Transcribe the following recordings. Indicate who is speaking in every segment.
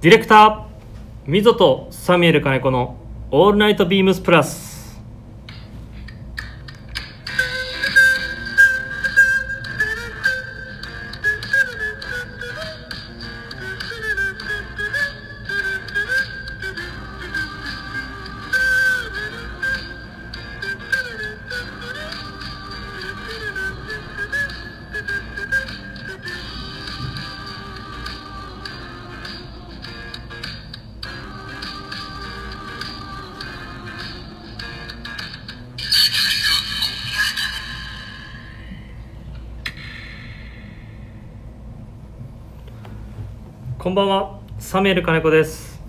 Speaker 1: ディレクター溝とサミュエル金子の「オールナイトビームスプラス」こんばんはサミュエル金子です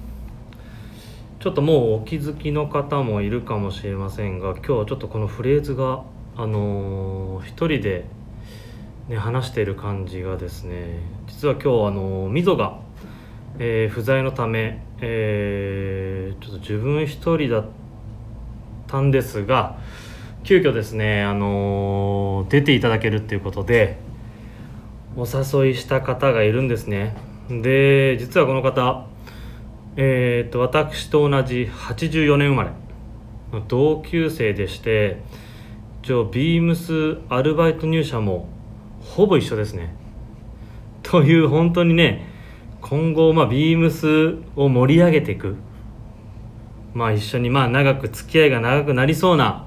Speaker 1: ちょっともうお気づきの方もいるかもしれませんが今日はちょっとこのフレーズがあのー一人で、ね、話している感じがですね実は今日あのー溝が、えー不在のため、えーちょっと自分一人だったんですが急遽ですねあのー出ていただけるっていうことでお誘いした方がいるんですねで実はこの方えー、と私と同じ84年生まれの同級生でして一応ビームスアルバイト入社もほぼ一緒ですねという本当にね今後、まあ、ビームスを盛り上げていくまあ一緒にまあ長く付き合いが長くなりそうな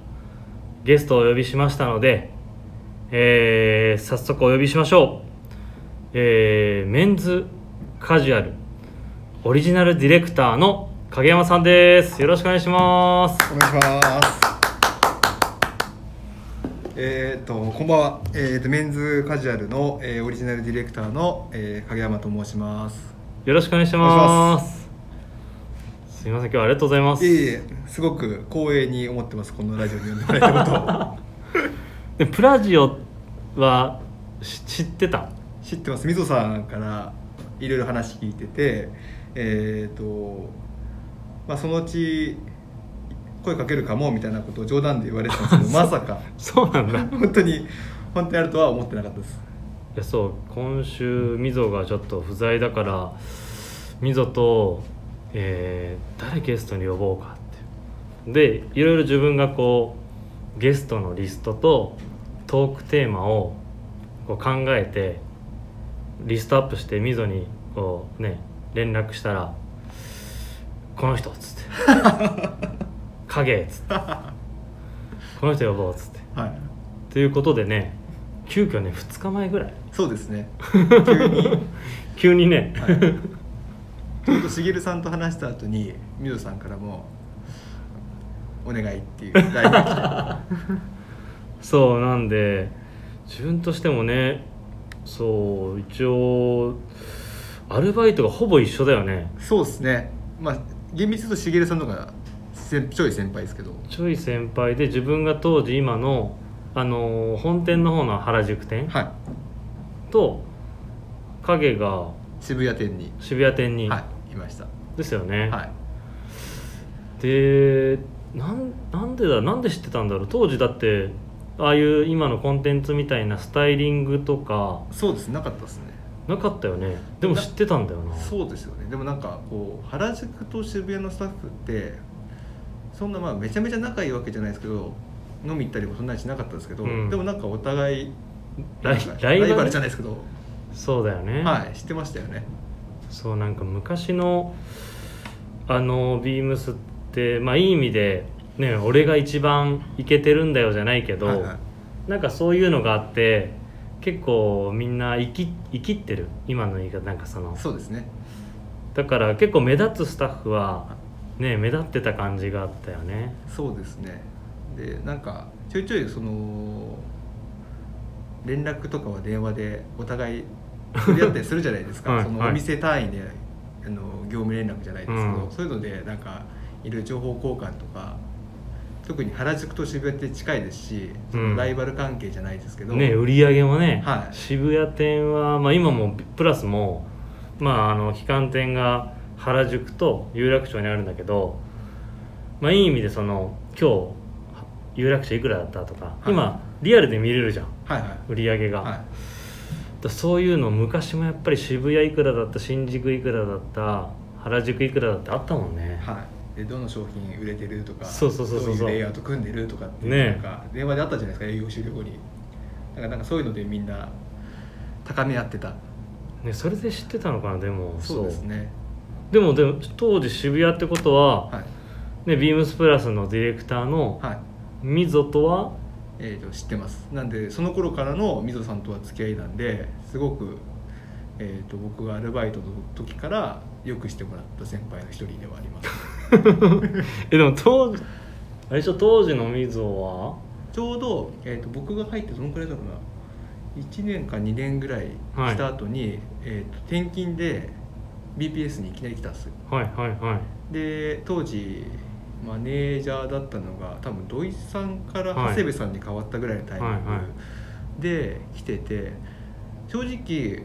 Speaker 1: ゲストをお呼びしましたので、えー早速お呼びしましょうえーメンズカジュアルオリジナルディレクターの影山さんですよろしくお願いします
Speaker 2: お願いします。えー、とこんばんは、えーとメンズカジュアルの、えーオリジナルディレクターの、えー影山と申します。
Speaker 1: よろしくお願いしますすいません今日はありがとうございます
Speaker 2: いえいえ、すごく光栄に思ってます、このラジオに呼んでもらえたこ
Speaker 1: でプラジオはし知ってた
Speaker 2: と知ってます、みぞさんからいろいろ話聞いてて、えーとまあ、そのうち声かけるかもみたいなことを冗談で言われてたんですけど、まさか、
Speaker 1: そうなんだい
Speaker 2: 本当に、本当にあるとは思ってなかったです。
Speaker 1: やそう今週みぞがちょっと不在だからみぞと、えー誰ゲストに呼ぼうかってでいろいろ自分がこうゲストのリストとトークテーマをこう考えてリストアップしてみぞにこうね連絡したら「この人」っつって「影」っつって「この人呼ぼう」っつって
Speaker 2: はい
Speaker 1: ということでね急遽ね2日前ぐらい
Speaker 2: そうですね急に
Speaker 1: 急にね、
Speaker 2: はいちょっとしげるさんと話した後にみどさんからも「お願い」っていう LINE が来て
Speaker 1: そうなんで自分としてもねそう一応アルバイトがほぼ一緒だよね
Speaker 2: そうですねまあ厳密に言うとしげるさんの方が先ちょい先輩ですけど
Speaker 1: ちょい先輩で自分が当時今の、あのー本店の方の原宿店
Speaker 2: は
Speaker 1: と影が
Speaker 2: い渋谷店に、
Speaker 1: 渋谷店に、
Speaker 2: はい、いました
Speaker 1: ですよね、
Speaker 2: はい
Speaker 1: でなんなんでだなんで知ってたんだろう当時だってああいう今のコンテンツみたいなスタイリングとか
Speaker 2: そうですなかったですね
Speaker 1: なかったよねでも知ってたんだよな
Speaker 2: そうですよねでもなんかこう原宿と渋谷のスタッフってそんなまあめちゃめちゃ仲いいわけじゃないですけど飲み行ったりもそんなにしなかったですけど、
Speaker 1: うん
Speaker 2: でもなんかお互い
Speaker 1: ライ
Speaker 2: なんか
Speaker 1: ラ
Speaker 2: ラ
Speaker 1: イ
Speaker 2: イ
Speaker 1: バル
Speaker 2: バルじゃないですけど、
Speaker 1: そうだよね、
Speaker 2: はい知ってましたよね
Speaker 1: そうなんか昔のあのビームスってまあいい意味でね俺が一番イケてるんだよじゃないけど、
Speaker 2: はいはい
Speaker 1: なんかそういうのがあって結構みんな生き生きってる今の言い方なんかその
Speaker 2: そうですね
Speaker 1: だから結構目立つスタッフはね目立ってた感じがあったよね
Speaker 2: そうですねでなんかちょいちょいその連絡とかは電話でお互い取り合ったりするじゃないですか
Speaker 1: はい
Speaker 2: その
Speaker 1: はい
Speaker 2: お店単位であの業務連絡じゃないですけど、
Speaker 1: うん
Speaker 2: そういうのでなんかいろいろ情報交換とか特に原宿と渋谷って近いですしそ
Speaker 1: うん
Speaker 2: のライバル関係じゃないですけど、
Speaker 1: ね売り上げもね、
Speaker 2: はい
Speaker 1: 渋谷店は、まあ、今もプラスも、まあ、あの旗艦店が原宿と有楽町にあるんだけど、まあ、いい意味でその今日有楽町いくらだったとか、
Speaker 2: い
Speaker 1: 今リアルで見れるじゃん
Speaker 2: はいはい
Speaker 1: 売り上げが、
Speaker 2: は
Speaker 1: だそういうの昔もやっぱり渋谷いくらだった新宿いくらだった原宿いくらだってあったもんね
Speaker 2: はい、でどの商品売れてるとか
Speaker 1: そうそうそうそうそう
Speaker 2: どういうレイアウト組んでるとかって、
Speaker 1: ね
Speaker 2: なんか電話であったじゃないですか営業終了後にだからなんかそういうのでみんな高め合ってた
Speaker 1: ねそれで知ってたのかなでも
Speaker 2: そうですね
Speaker 1: でもでも当時渋谷ってことは、
Speaker 2: はい
Speaker 1: ね、ビームスプラスのディレクターの
Speaker 2: はい
Speaker 1: ミゾとは
Speaker 2: えー、と知ってますなんでその頃からのみぞさんとは付き合いなんですごく、えー、と僕がアルバイトの時からよくしてもらった先輩の一人ではあります
Speaker 1: えでも当時あれでしょ当時のミゾは
Speaker 2: ちょうど、えー、と僕が入ってどのくらいだろうな1年か2年ぐらいした後に、えー、と転勤で BPS にいきなり来たんですよ
Speaker 1: はいはいはい
Speaker 2: で当時マネージャーだったのが多分土井さんから長谷部さんに変わったぐらいのタイミ
Speaker 1: は
Speaker 2: ン
Speaker 1: いは
Speaker 2: グで来てて正直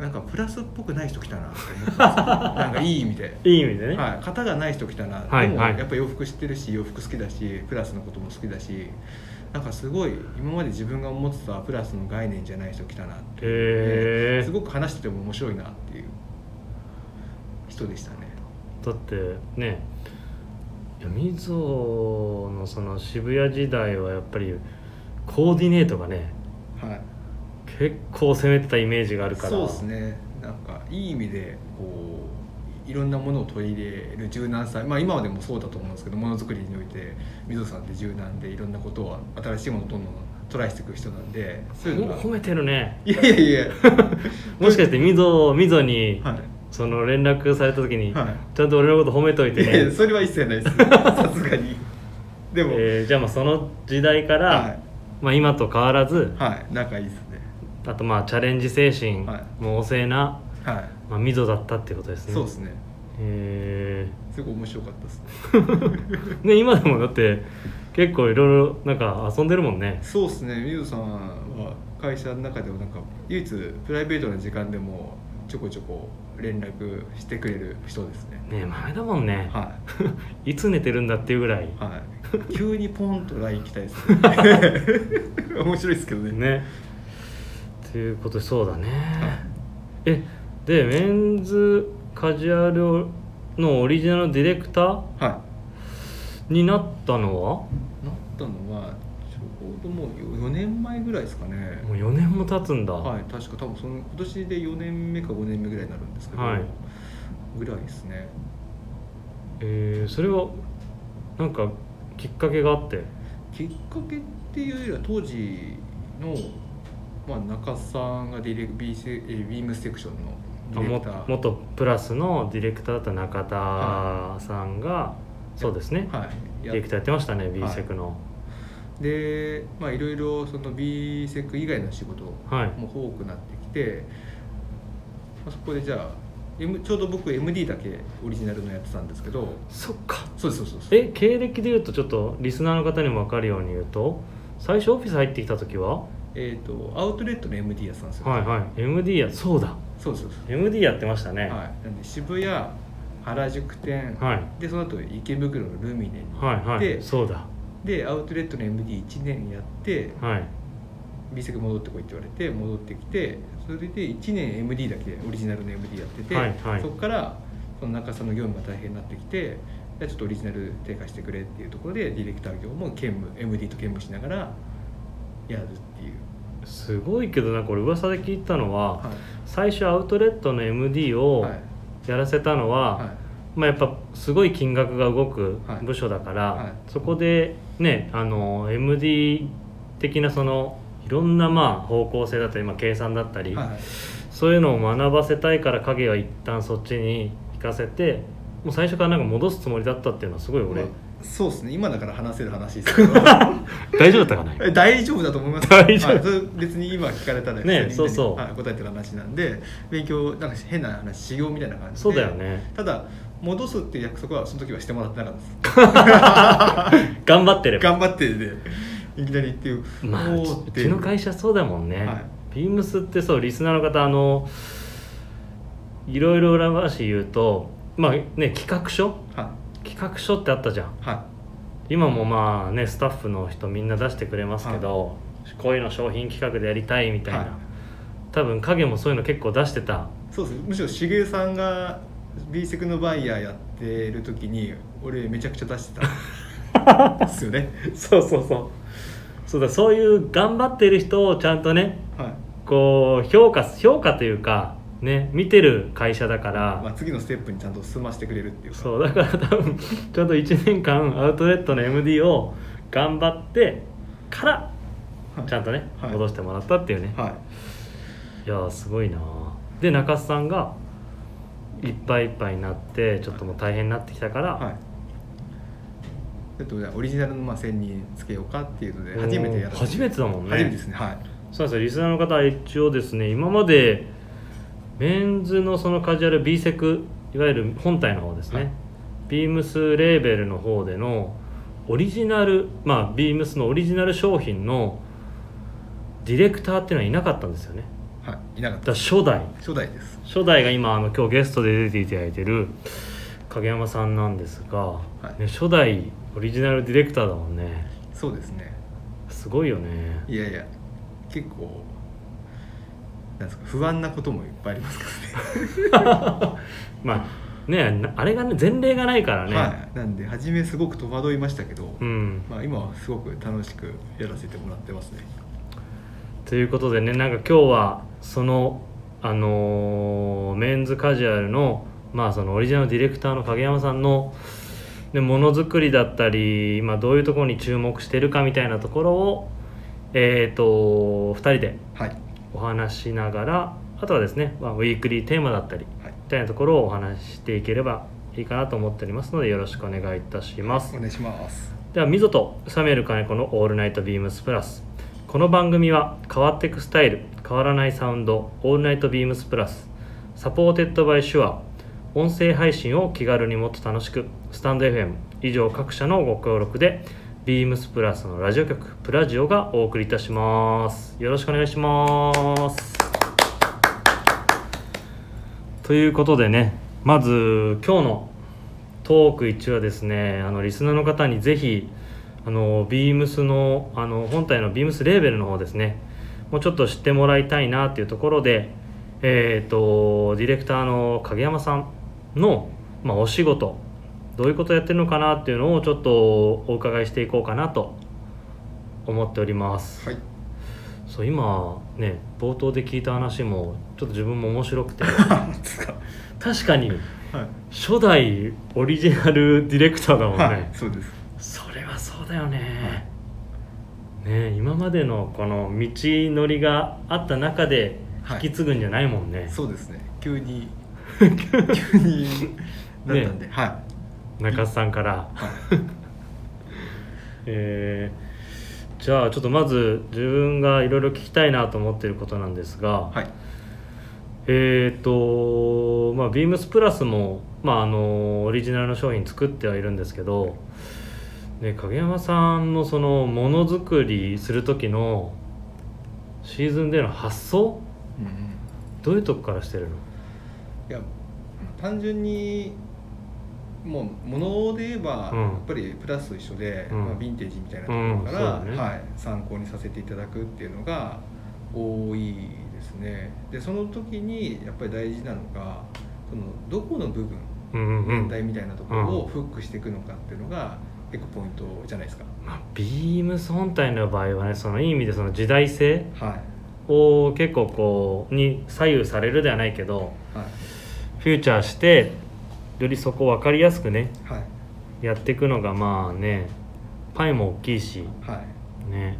Speaker 2: なんかプラスっぽくない人来たなって思って たんですよなんかいい意味で。
Speaker 1: いい意味でね、
Speaker 2: はい、型がない人来たな、
Speaker 1: はい
Speaker 2: でも
Speaker 1: はい
Speaker 2: やっぱ洋服知ってるし洋服好きだしプラスのことも好きだしなんかすごい今まで自分が思ってたプラスの概念じゃない人来たなっ
Speaker 1: へ
Speaker 2: て
Speaker 1: え
Speaker 2: すごく話してても面白いなっていう人でしたね
Speaker 1: だってねいやみぞのその渋谷時代はやっぱりコーディネートがね
Speaker 2: はい
Speaker 1: 結構攻めてたイメージがあるから
Speaker 2: そうですねなんかいい意味でこういろんなものを取り入れる柔軟さまあ今までもそうだと思うんですけどものづくりにおいて水野さんって柔軟でいろんなことを新しいものをどんどんトライしていく人なんでそういう
Speaker 1: ほ
Speaker 2: のが
Speaker 1: 褒めてるね
Speaker 2: いやいやいや
Speaker 1: もしかしてみぞみぞに
Speaker 2: はい
Speaker 1: その連絡された時に、
Speaker 2: は
Speaker 1: ちゃんと俺のこと褒めとい
Speaker 2: い
Speaker 1: て
Speaker 2: い
Speaker 1: ね
Speaker 2: やいやそれは一切ない ですさすがにでも、
Speaker 1: えーじゃあまあその時代から、
Speaker 2: は
Speaker 1: まあ、今と変わらず
Speaker 2: いはい仲いいですね
Speaker 1: あとまあチャレンジ精神
Speaker 2: は
Speaker 1: も旺盛な、
Speaker 2: は
Speaker 1: まあ、溝だったっていうことです
Speaker 2: い
Speaker 1: ね
Speaker 2: そうですね
Speaker 1: へ
Speaker 2: すごい面白かったですね
Speaker 1: ーね今でもだって結構いろいろなんか遊んでるもんね
Speaker 2: そうですね、みずさんは会社の中でもなんか唯一プライベートな時間でもちょこちょこ連絡してくれる人ですね。
Speaker 1: ねえ豆だもんね、、
Speaker 2: はい
Speaker 1: つ寝てるんだっていうぐらい
Speaker 2: い はい。急にポンと LINE 来たりする。 面白いですけどね。
Speaker 1: ねっていうことでそうだねえでメンズカジュアルのオリジナルディレクター
Speaker 2: は。
Speaker 1: になったのはい
Speaker 2: なったのはちょうどもう4年前ぐらいですかね。
Speaker 1: もう4年も経つんだ、
Speaker 2: はい、確か多分その今年で4年目か5年目ぐらいになるんですけど、
Speaker 1: はい
Speaker 2: ぐらいですね。
Speaker 1: えーそれはなんかきっかけがあって
Speaker 2: きっかけっていうよりは当時の、まあ、中さんがディレクビーセえービームスセクションのデ
Speaker 1: あ
Speaker 2: ィレ
Speaker 1: も
Speaker 2: クター
Speaker 1: 元プラスのディレクターだった中田さんが、そうですね、
Speaker 2: はい
Speaker 1: デ
Speaker 2: や
Speaker 1: ィレクターやってましたね B セクの
Speaker 2: でまあいろいろその B セク以外の仕事も
Speaker 1: はい、
Speaker 2: 多くなってきて、まあ、そこでじゃあ、M、ちょうど僕 MD だけオリジナルのやってたんですけど
Speaker 1: そっか
Speaker 2: そうですそうですそうです
Speaker 1: え経歴で言うとちょっとリスナーの方にも分かるように言うと最初オフィス入ってきた時は
Speaker 2: えっ、とアウトレットの MD やってたんですよ、
Speaker 1: はいはい MD やそうだ
Speaker 2: そうですそうです
Speaker 1: MD やってましたね、
Speaker 2: はい、なんで渋谷原宿店、
Speaker 1: はい
Speaker 2: でその後池袋のルミネに
Speaker 1: はい
Speaker 2: 行っ
Speaker 1: はい
Speaker 2: て、
Speaker 1: そうだ
Speaker 2: でアウトレットの MD1 年やって
Speaker 1: はい
Speaker 2: ビーセク戻ってこいって言われて戻ってきてそれで1年 MD だけオリジナルの MD やってて、
Speaker 1: はいはい
Speaker 2: そこからその中さんの業務が大変になってきてじゃあちょっとオリジナル低下してくれっていうところでディレクター業も兼務 MD と兼務しながらやるっていう、
Speaker 1: すごいけどなんか俺噂で聞いたのは、
Speaker 2: は
Speaker 1: 最初アウトレットの MD
Speaker 2: い
Speaker 1: を
Speaker 2: はい
Speaker 1: やらせたのは、
Speaker 2: はい
Speaker 1: まあ、やっぱすごい金額が動く
Speaker 2: はい
Speaker 1: 部署だから、
Speaker 2: はい
Speaker 1: そこでねあの MD 的なそのいろんなまあ方向性だったり、まあ、計算だったり、
Speaker 2: はい
Speaker 1: そういうのを学ばせたいから影は一旦そっちに行かせてもう最初からなんか戻すつもりだったっていうのはすごい俺、
Speaker 2: まあそうですね今だから話せる話で すけど
Speaker 1: 大丈夫だったかな
Speaker 2: え大丈夫だと思います
Speaker 1: 大丈夫
Speaker 2: はいそれ別に今聞かれたら
Speaker 1: ね
Speaker 2: 普通に
Speaker 1: そうそう
Speaker 2: はい、答えてる話なんで勉強なんか変な話修行みたいな感じで
Speaker 1: そうだよね
Speaker 2: ただ戻すっていう約束はその時はしてもらってなかったです
Speaker 1: 頑張ってれば
Speaker 2: 頑張ってで、いきなりっていう
Speaker 1: まあうちうちの会
Speaker 2: 社
Speaker 1: 社そうだもんね、
Speaker 2: はい
Speaker 1: ビームスってそうリスナーの方あのいろいろ裏話言うとまあね企画書
Speaker 2: は
Speaker 1: 企画書ってあったじゃん
Speaker 2: いは
Speaker 1: 今もまあねスタッフの人みんな出してくれますけど、こういうの商品企画でやりたいみたいな、
Speaker 2: はい
Speaker 1: 多分影もそういうの結構出してた
Speaker 2: いそうですむしろしげるさんが B セクのバイヤーやってる時に俺めちゃくちゃ出してたですよ ね
Speaker 1: そうそうそうそうだそういう頑張ってる人をちゃんとね
Speaker 2: はい、
Speaker 1: こう評価評価というかね見てる会社だから、
Speaker 2: まあ、次のステップにちゃんと進ませてくれるっていうか
Speaker 1: そうだから多分ちょっと1年間アウトレットの MD を頑張ってから
Speaker 2: はい
Speaker 1: ちゃんとね、
Speaker 2: はい
Speaker 1: 戻してもらったっていうね、
Speaker 2: はい
Speaker 1: い、やーすごいなーで中須さんがいっぱいいっぱいになってちょっともう大変になってきたから、
Speaker 2: はいちょっとじゃあオリジナルのまあ線につけようかっていうので
Speaker 1: うん
Speaker 2: 初めてやらせて
Speaker 1: 初めてだもんね
Speaker 2: 初めてですねはい
Speaker 1: そうなんですよリスナーの方は一応ですね今までメンズのそのカジュアル B セクいわゆる本体の方ですね、
Speaker 2: はい
Speaker 1: ビームスレーベルの方でのオリジナルまあビームスのオリジナル商品のディレクターっていうのはいなかったんですよね
Speaker 2: はいいなかっ
Speaker 1: だ
Speaker 2: た
Speaker 1: から初代
Speaker 2: 初代です
Speaker 1: 初代が今あの今日ゲストで出ていただいてる影山さんなんですが、
Speaker 2: い
Speaker 1: ね、初代オリジナルディレクターだもんね
Speaker 2: そうですね
Speaker 1: すごいよね
Speaker 2: いやいや結構なんですか不安なこともいっぱいありますからね
Speaker 1: まあねなあれがね前例がないからね、
Speaker 2: はい、なんで初めすごく戸惑いましたけど、
Speaker 1: うん、
Speaker 2: まあ、今はすごく楽しくやらせてもらってますね
Speaker 1: ということでねなんか今日はそのあのーメンズカジュアルのまあそのオリジナルディレクターの影山さんのねものづくりだったり今どういうところに注目してるかみたいなところをえっ、と2人で
Speaker 2: はい、
Speaker 1: お話ししながらあとはですね、まあ、ウィークリーテーマだったり
Speaker 2: はい、
Speaker 1: みたいなところをお話ししていければいいかなと思っておりますのでよろしくお願いいたします
Speaker 2: お願いします
Speaker 1: ではミゾとサミュエル金子の「オールナイトビームスプラス」この番組は変わっていくスタイル変わらないサウンド「オールナイトビームスプラス」サポーテッドバイシュア音声配信を気軽にもっと楽しくスタンド FM 以上各社のご協力でビームスプラスのラジオ局プラジオがお送りいたしますよろしくお願いしますということでねまず今日のトーク1はですねあのリスナーの方にぜひあのビームスのあの本体のビームスレーベルの方ですねもうちょっと知ってもらいたいなっていうところでえっ、とディレクターの影山さんの、まあ、お仕事どういうことやってるのかなっていうのをちょっとお伺いしていこうかなと思っております、
Speaker 2: はい
Speaker 1: そう今ね冒頭で聞いた話もちょっと自分も面白くて
Speaker 2: なんですか
Speaker 1: 確かに
Speaker 2: はい
Speaker 1: 初代オリジナルディレクターだもんね、
Speaker 2: はい、そうです
Speaker 1: それはそうだよね、ね今までのこの道のりがあった中で
Speaker 2: はい
Speaker 1: 引き継ぐんじゃないもんね、
Speaker 2: そうですね 急に急にだったんで、は
Speaker 1: 中津さんから、えーじゃあちょっとまず自分がいろいろ聞きたいなと思っていることなんですが、
Speaker 2: いはい
Speaker 1: えっ、とまあビームスプラスもまああのオリジナルの商品作ってはいるんですけど、ね、影山さんのそのものづくりする時のシーズンでの発想
Speaker 2: うんうん
Speaker 1: どういうとこからしてるの
Speaker 2: いや単純にもう物で言えば、
Speaker 1: うん
Speaker 2: やっぱりプラスと一緒で、
Speaker 1: うん
Speaker 2: まあ、ヴィンテージみたいなところから、
Speaker 1: うんそうだね
Speaker 2: はい、参考にさせていただくっていうのが多いですねでその時にやっぱり大事なのがそのどこの部分
Speaker 1: うんうん
Speaker 2: 全
Speaker 1: うん
Speaker 2: 体みたいなところをフックしていくのかっていうのが結構ポイントじゃないですか、
Speaker 1: まあビームス本体の場合はねそのいい意味でその時代性
Speaker 2: はい
Speaker 1: を結構こうに左右されるではないけど
Speaker 2: はい
Speaker 1: フューチャーしてよりそこを分かりやすくね
Speaker 2: はい
Speaker 1: やっていくのがまあねパイも大きいし
Speaker 2: はい
Speaker 1: ね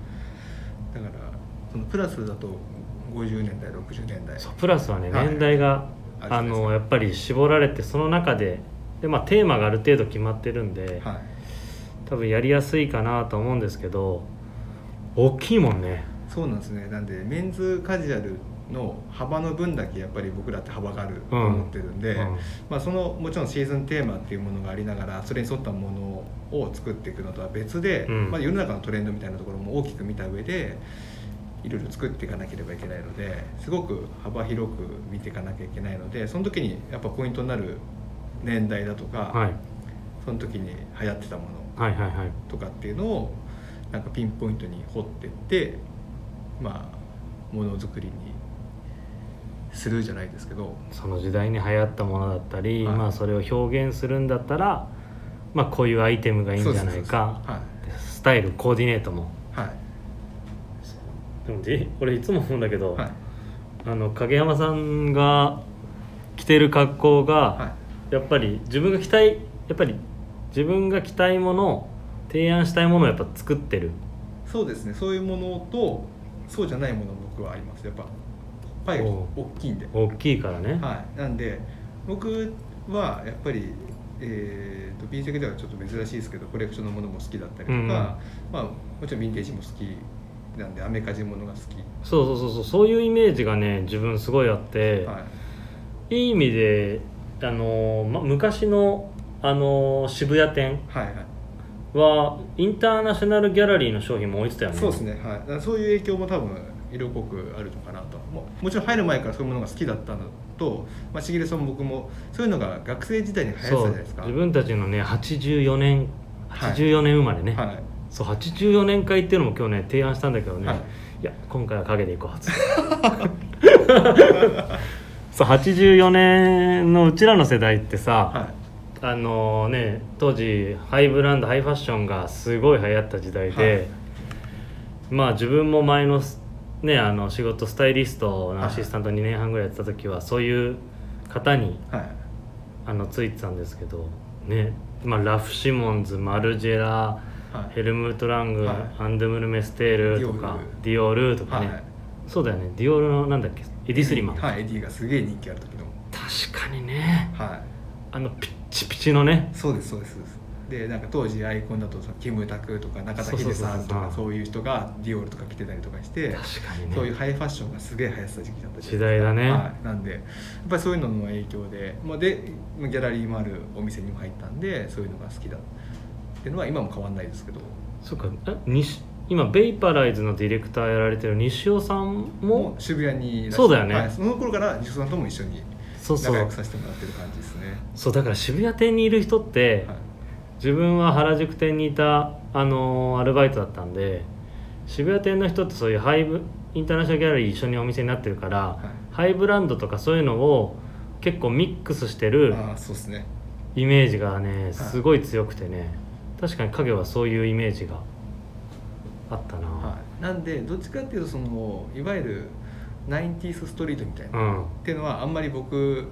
Speaker 2: だからそのプラスだと50年代60年代
Speaker 1: そうプラスはね
Speaker 2: はい
Speaker 1: 年代が、
Speaker 2: あ
Speaker 1: あ
Speaker 2: そうです
Speaker 1: の
Speaker 2: ね
Speaker 1: やっぱり絞られてその中でで、まあ、テーマがある程度決まってるんで、
Speaker 2: はい
Speaker 1: 多分やりやすいかなと思うんですけど大きいもんね
Speaker 2: そうなんですねなんでメンズカジュアルの幅の分だけやっぱり僕らって幅があると思ってるんで、
Speaker 1: うん
Speaker 2: まあ、そのもちろんシーズンテーマっていうものがありながらそれに沿ったものを作っていくのとは別で、
Speaker 1: うん
Speaker 2: まあ、世の中のトレンドみたいなところも大きく見た上でいろいろ作っていかなければいけないのですごく幅広く見ていかなきゃいけないのでその時にやっぱポイントになる年代だとか、
Speaker 1: はい、
Speaker 2: その時に流行ってたもの
Speaker 1: はいはいはい
Speaker 2: とかっていうのをなんかピンポイントに掘ってってまあものづくりにするじゃないですけど
Speaker 1: その時代に流行ったものだったり、
Speaker 2: はい
Speaker 1: まあ、それを表現するんだったら、まあ、こういうアイテムがいいんじゃないか
Speaker 2: そうそうそうそう
Speaker 1: スタイルコーディネートも
Speaker 2: はい
Speaker 1: でもで俺いつも思うんだけど、
Speaker 2: はいはい
Speaker 1: あの影山さんが着てる格好が、
Speaker 2: はい
Speaker 1: やっぱり自分が着たいやっぱり自分が着たいもの提案したいものをやっぱ作ってる
Speaker 2: そうですねそういうものとそうじゃないものも僕はありますやっぱパイが
Speaker 1: おう
Speaker 2: 大きいんで
Speaker 1: 大きいからね、
Speaker 2: はい、なんで僕はやっぱり、えー、とビンセクではちょっと珍しいですけどコレクションのものも好きだったりとか、
Speaker 1: うんうん
Speaker 2: まあ、もちろんヴィンテージも好きなんでアメカジものが好き、
Speaker 1: そうそうそうそうそういうイメージがね自分すごいあって、
Speaker 2: はい、
Speaker 1: い、い意味であのー、ま、昔のあのー渋谷店
Speaker 2: はいはい
Speaker 1: はインターナショナルギャラリーの商品も置いてたよね
Speaker 2: そうですね、はい、だからそういう影響も多分色濃くあるのかなとももちろん入る前からそういうものが好きだったのと、まあ、しげるさんも僕もそういうのが学生時代に流行ってた
Speaker 1: そ
Speaker 2: じゃ
Speaker 1: う
Speaker 2: ないですか
Speaker 1: 自分たちのね84年
Speaker 2: はい
Speaker 1: 84年生まれね、
Speaker 2: はい
Speaker 1: そう84年会っていうのも今日ね提案したんだけどね、
Speaker 2: はい
Speaker 1: い、や今回は陰でいこうっ つってそう84年のうちらの世代ってさ、
Speaker 2: は
Speaker 1: あのね当時ハイブランドハイファッションがすごい流行った時代で、
Speaker 2: はい
Speaker 1: まあ自分も前のすねあの仕事スタイリストのアシスタント2年半ぐらいやってた時はそういう方に
Speaker 2: いはい
Speaker 1: あのついてたんですけどね、まあ、ラフ・シモンズマルジェラ
Speaker 2: はい
Speaker 1: ヘルムート・ラング、
Speaker 2: はい
Speaker 1: アンドゥムル・メステールとかディオールとかね、
Speaker 2: はい
Speaker 1: そうだよねディオールのなんだっけエディ・スリマン、
Speaker 2: はいエディがすげえ人気ある時の
Speaker 1: 確かにね
Speaker 2: はい
Speaker 1: あのピッチピチのね
Speaker 2: そうですそうですそうですでなんか当時アイコンだとさキムタクとか中田秀さ
Speaker 1: そうそうそう
Speaker 2: んとか
Speaker 1: そう
Speaker 2: そういう人がディオールとか着てたりとかして
Speaker 1: 確かにね
Speaker 2: そういうハイファッションがすげえ流行ってた時期だったじゃ
Speaker 1: 時
Speaker 2: ない
Speaker 1: 代だ
Speaker 2: です
Speaker 1: ね、
Speaker 2: かはい、なんでやっぱりそういうのの影響で、まあ、でギャラリーもあるお店にも入ったんでそういうのが好きだっていうのは今も変わんないですけど
Speaker 1: そうかえ西今ベイパライズのディレクターやられてる西尾さん
Speaker 2: も
Speaker 1: も
Speaker 2: う渋谷にいらっしゃ
Speaker 1: そうだよね
Speaker 2: はい、その頃から西尾さんとも一緒に
Speaker 1: そうそ
Speaker 2: 仲良
Speaker 1: う
Speaker 2: くさせてもらってる感じですね
Speaker 1: そうだから渋谷店にいる人って、
Speaker 2: はい
Speaker 1: 自分は原宿店にいた、あのーアルバイトだったんで渋谷店の人ってそういうハイブインターナショナルギャラリー一緒にお店になってるから、
Speaker 2: はい
Speaker 1: ハイブランドとかそういうのを結構ミックスしてる
Speaker 2: ああそうですね
Speaker 1: イメージがねすごい強くてね、確かに影はそういうイメージがあったな、
Speaker 2: はい、なんでどっちかっていうとそのいわゆる 90s ストリートみたいな、
Speaker 1: う
Speaker 2: っ
Speaker 1: ん
Speaker 2: ていうのはあんまり僕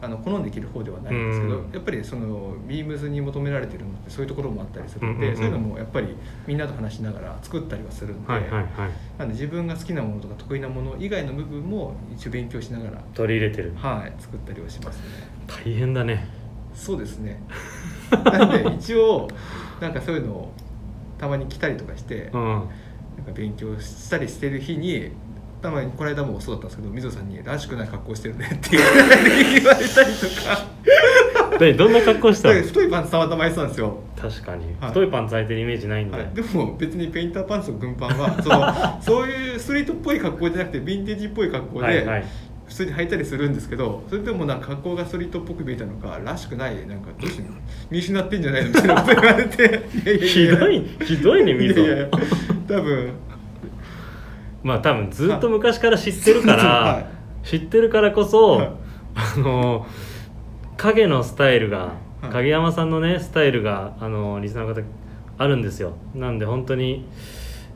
Speaker 2: あの好んで着る方ではないんですけど、
Speaker 1: うん
Speaker 2: やっぱりそのビームズに求められてるのってそういうところもあったりするんで、
Speaker 1: うんうんうん
Speaker 2: そういうのもやっぱりみんなと話しながら作ったりはするんで、
Speaker 1: はいはいはい
Speaker 2: なんで自分が好きなものとか得意なもの以外の部分も一応勉強しながら、
Speaker 1: 取り入れてる
Speaker 2: はい、作ったりはしますね。
Speaker 1: 大変だね
Speaker 2: そうです ねなんで一応なんかそういうのをたまに着たりとかして、
Speaker 1: うん
Speaker 2: なんか勉強したりしてる日にたまにこの間もそうだったんですけど水野さんに「らしくない格好してるね」って言わ れたりとか
Speaker 1: でどんな格好したの
Speaker 2: で太いパンツたまたまやってたんですよ、
Speaker 1: 確かに、
Speaker 2: はい
Speaker 1: 太いパンツ履いてるイメージないんで、
Speaker 2: はい、でも別にペインターパンツと軍パンは そのそういうストリートっぽい格好じゃなくてヴィンテージっぽい格好で、
Speaker 1: はいはい
Speaker 2: 普通に履いたりするんですけどそれでもなんか格好がストリートっぽく見えたのからしくないなんかどうして見失ってんじゃないのみたいなこと言われてや や
Speaker 1: ひ
Speaker 2: や
Speaker 1: どいひどいね
Speaker 2: い
Speaker 1: 水
Speaker 2: やい
Speaker 1: 野
Speaker 2: や多分
Speaker 1: まあ多分ずっと昔から知ってるから、
Speaker 2: は
Speaker 1: 知ってるからこそ、
Speaker 2: はい
Speaker 1: あの影のスタイルが、
Speaker 2: はい
Speaker 1: 影山さんのねスタイルがあのリスナーの方あるんですよなんで本当に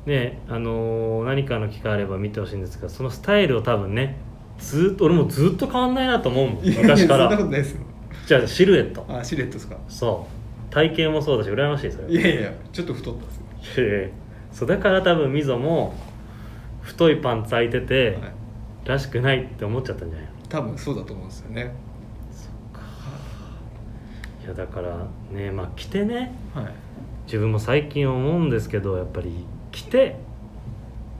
Speaker 1: ねあの何かの機会あれば見てほしいんですけどそのスタイルを多分ねずっと俺もずっと変わんないなと思うもん
Speaker 2: いやいや
Speaker 1: 昔か
Speaker 2: そんなこと
Speaker 1: ら
Speaker 2: ないですよ
Speaker 1: じゃあシルエット
Speaker 2: あシルエットですか
Speaker 1: そう体型もそうだし羨ましいそれ
Speaker 2: いやいやちょっと太ったんですよ
Speaker 1: いやいや そうだから多分みぞも太いパンツ履いてて、
Speaker 2: はい、
Speaker 1: らしくないって思っちゃったんじゃないの
Speaker 2: 多分そうだと思うんですよね
Speaker 1: いやだからねまあ着てね
Speaker 2: はい
Speaker 1: 自分も最近思うんですけどやっぱり着て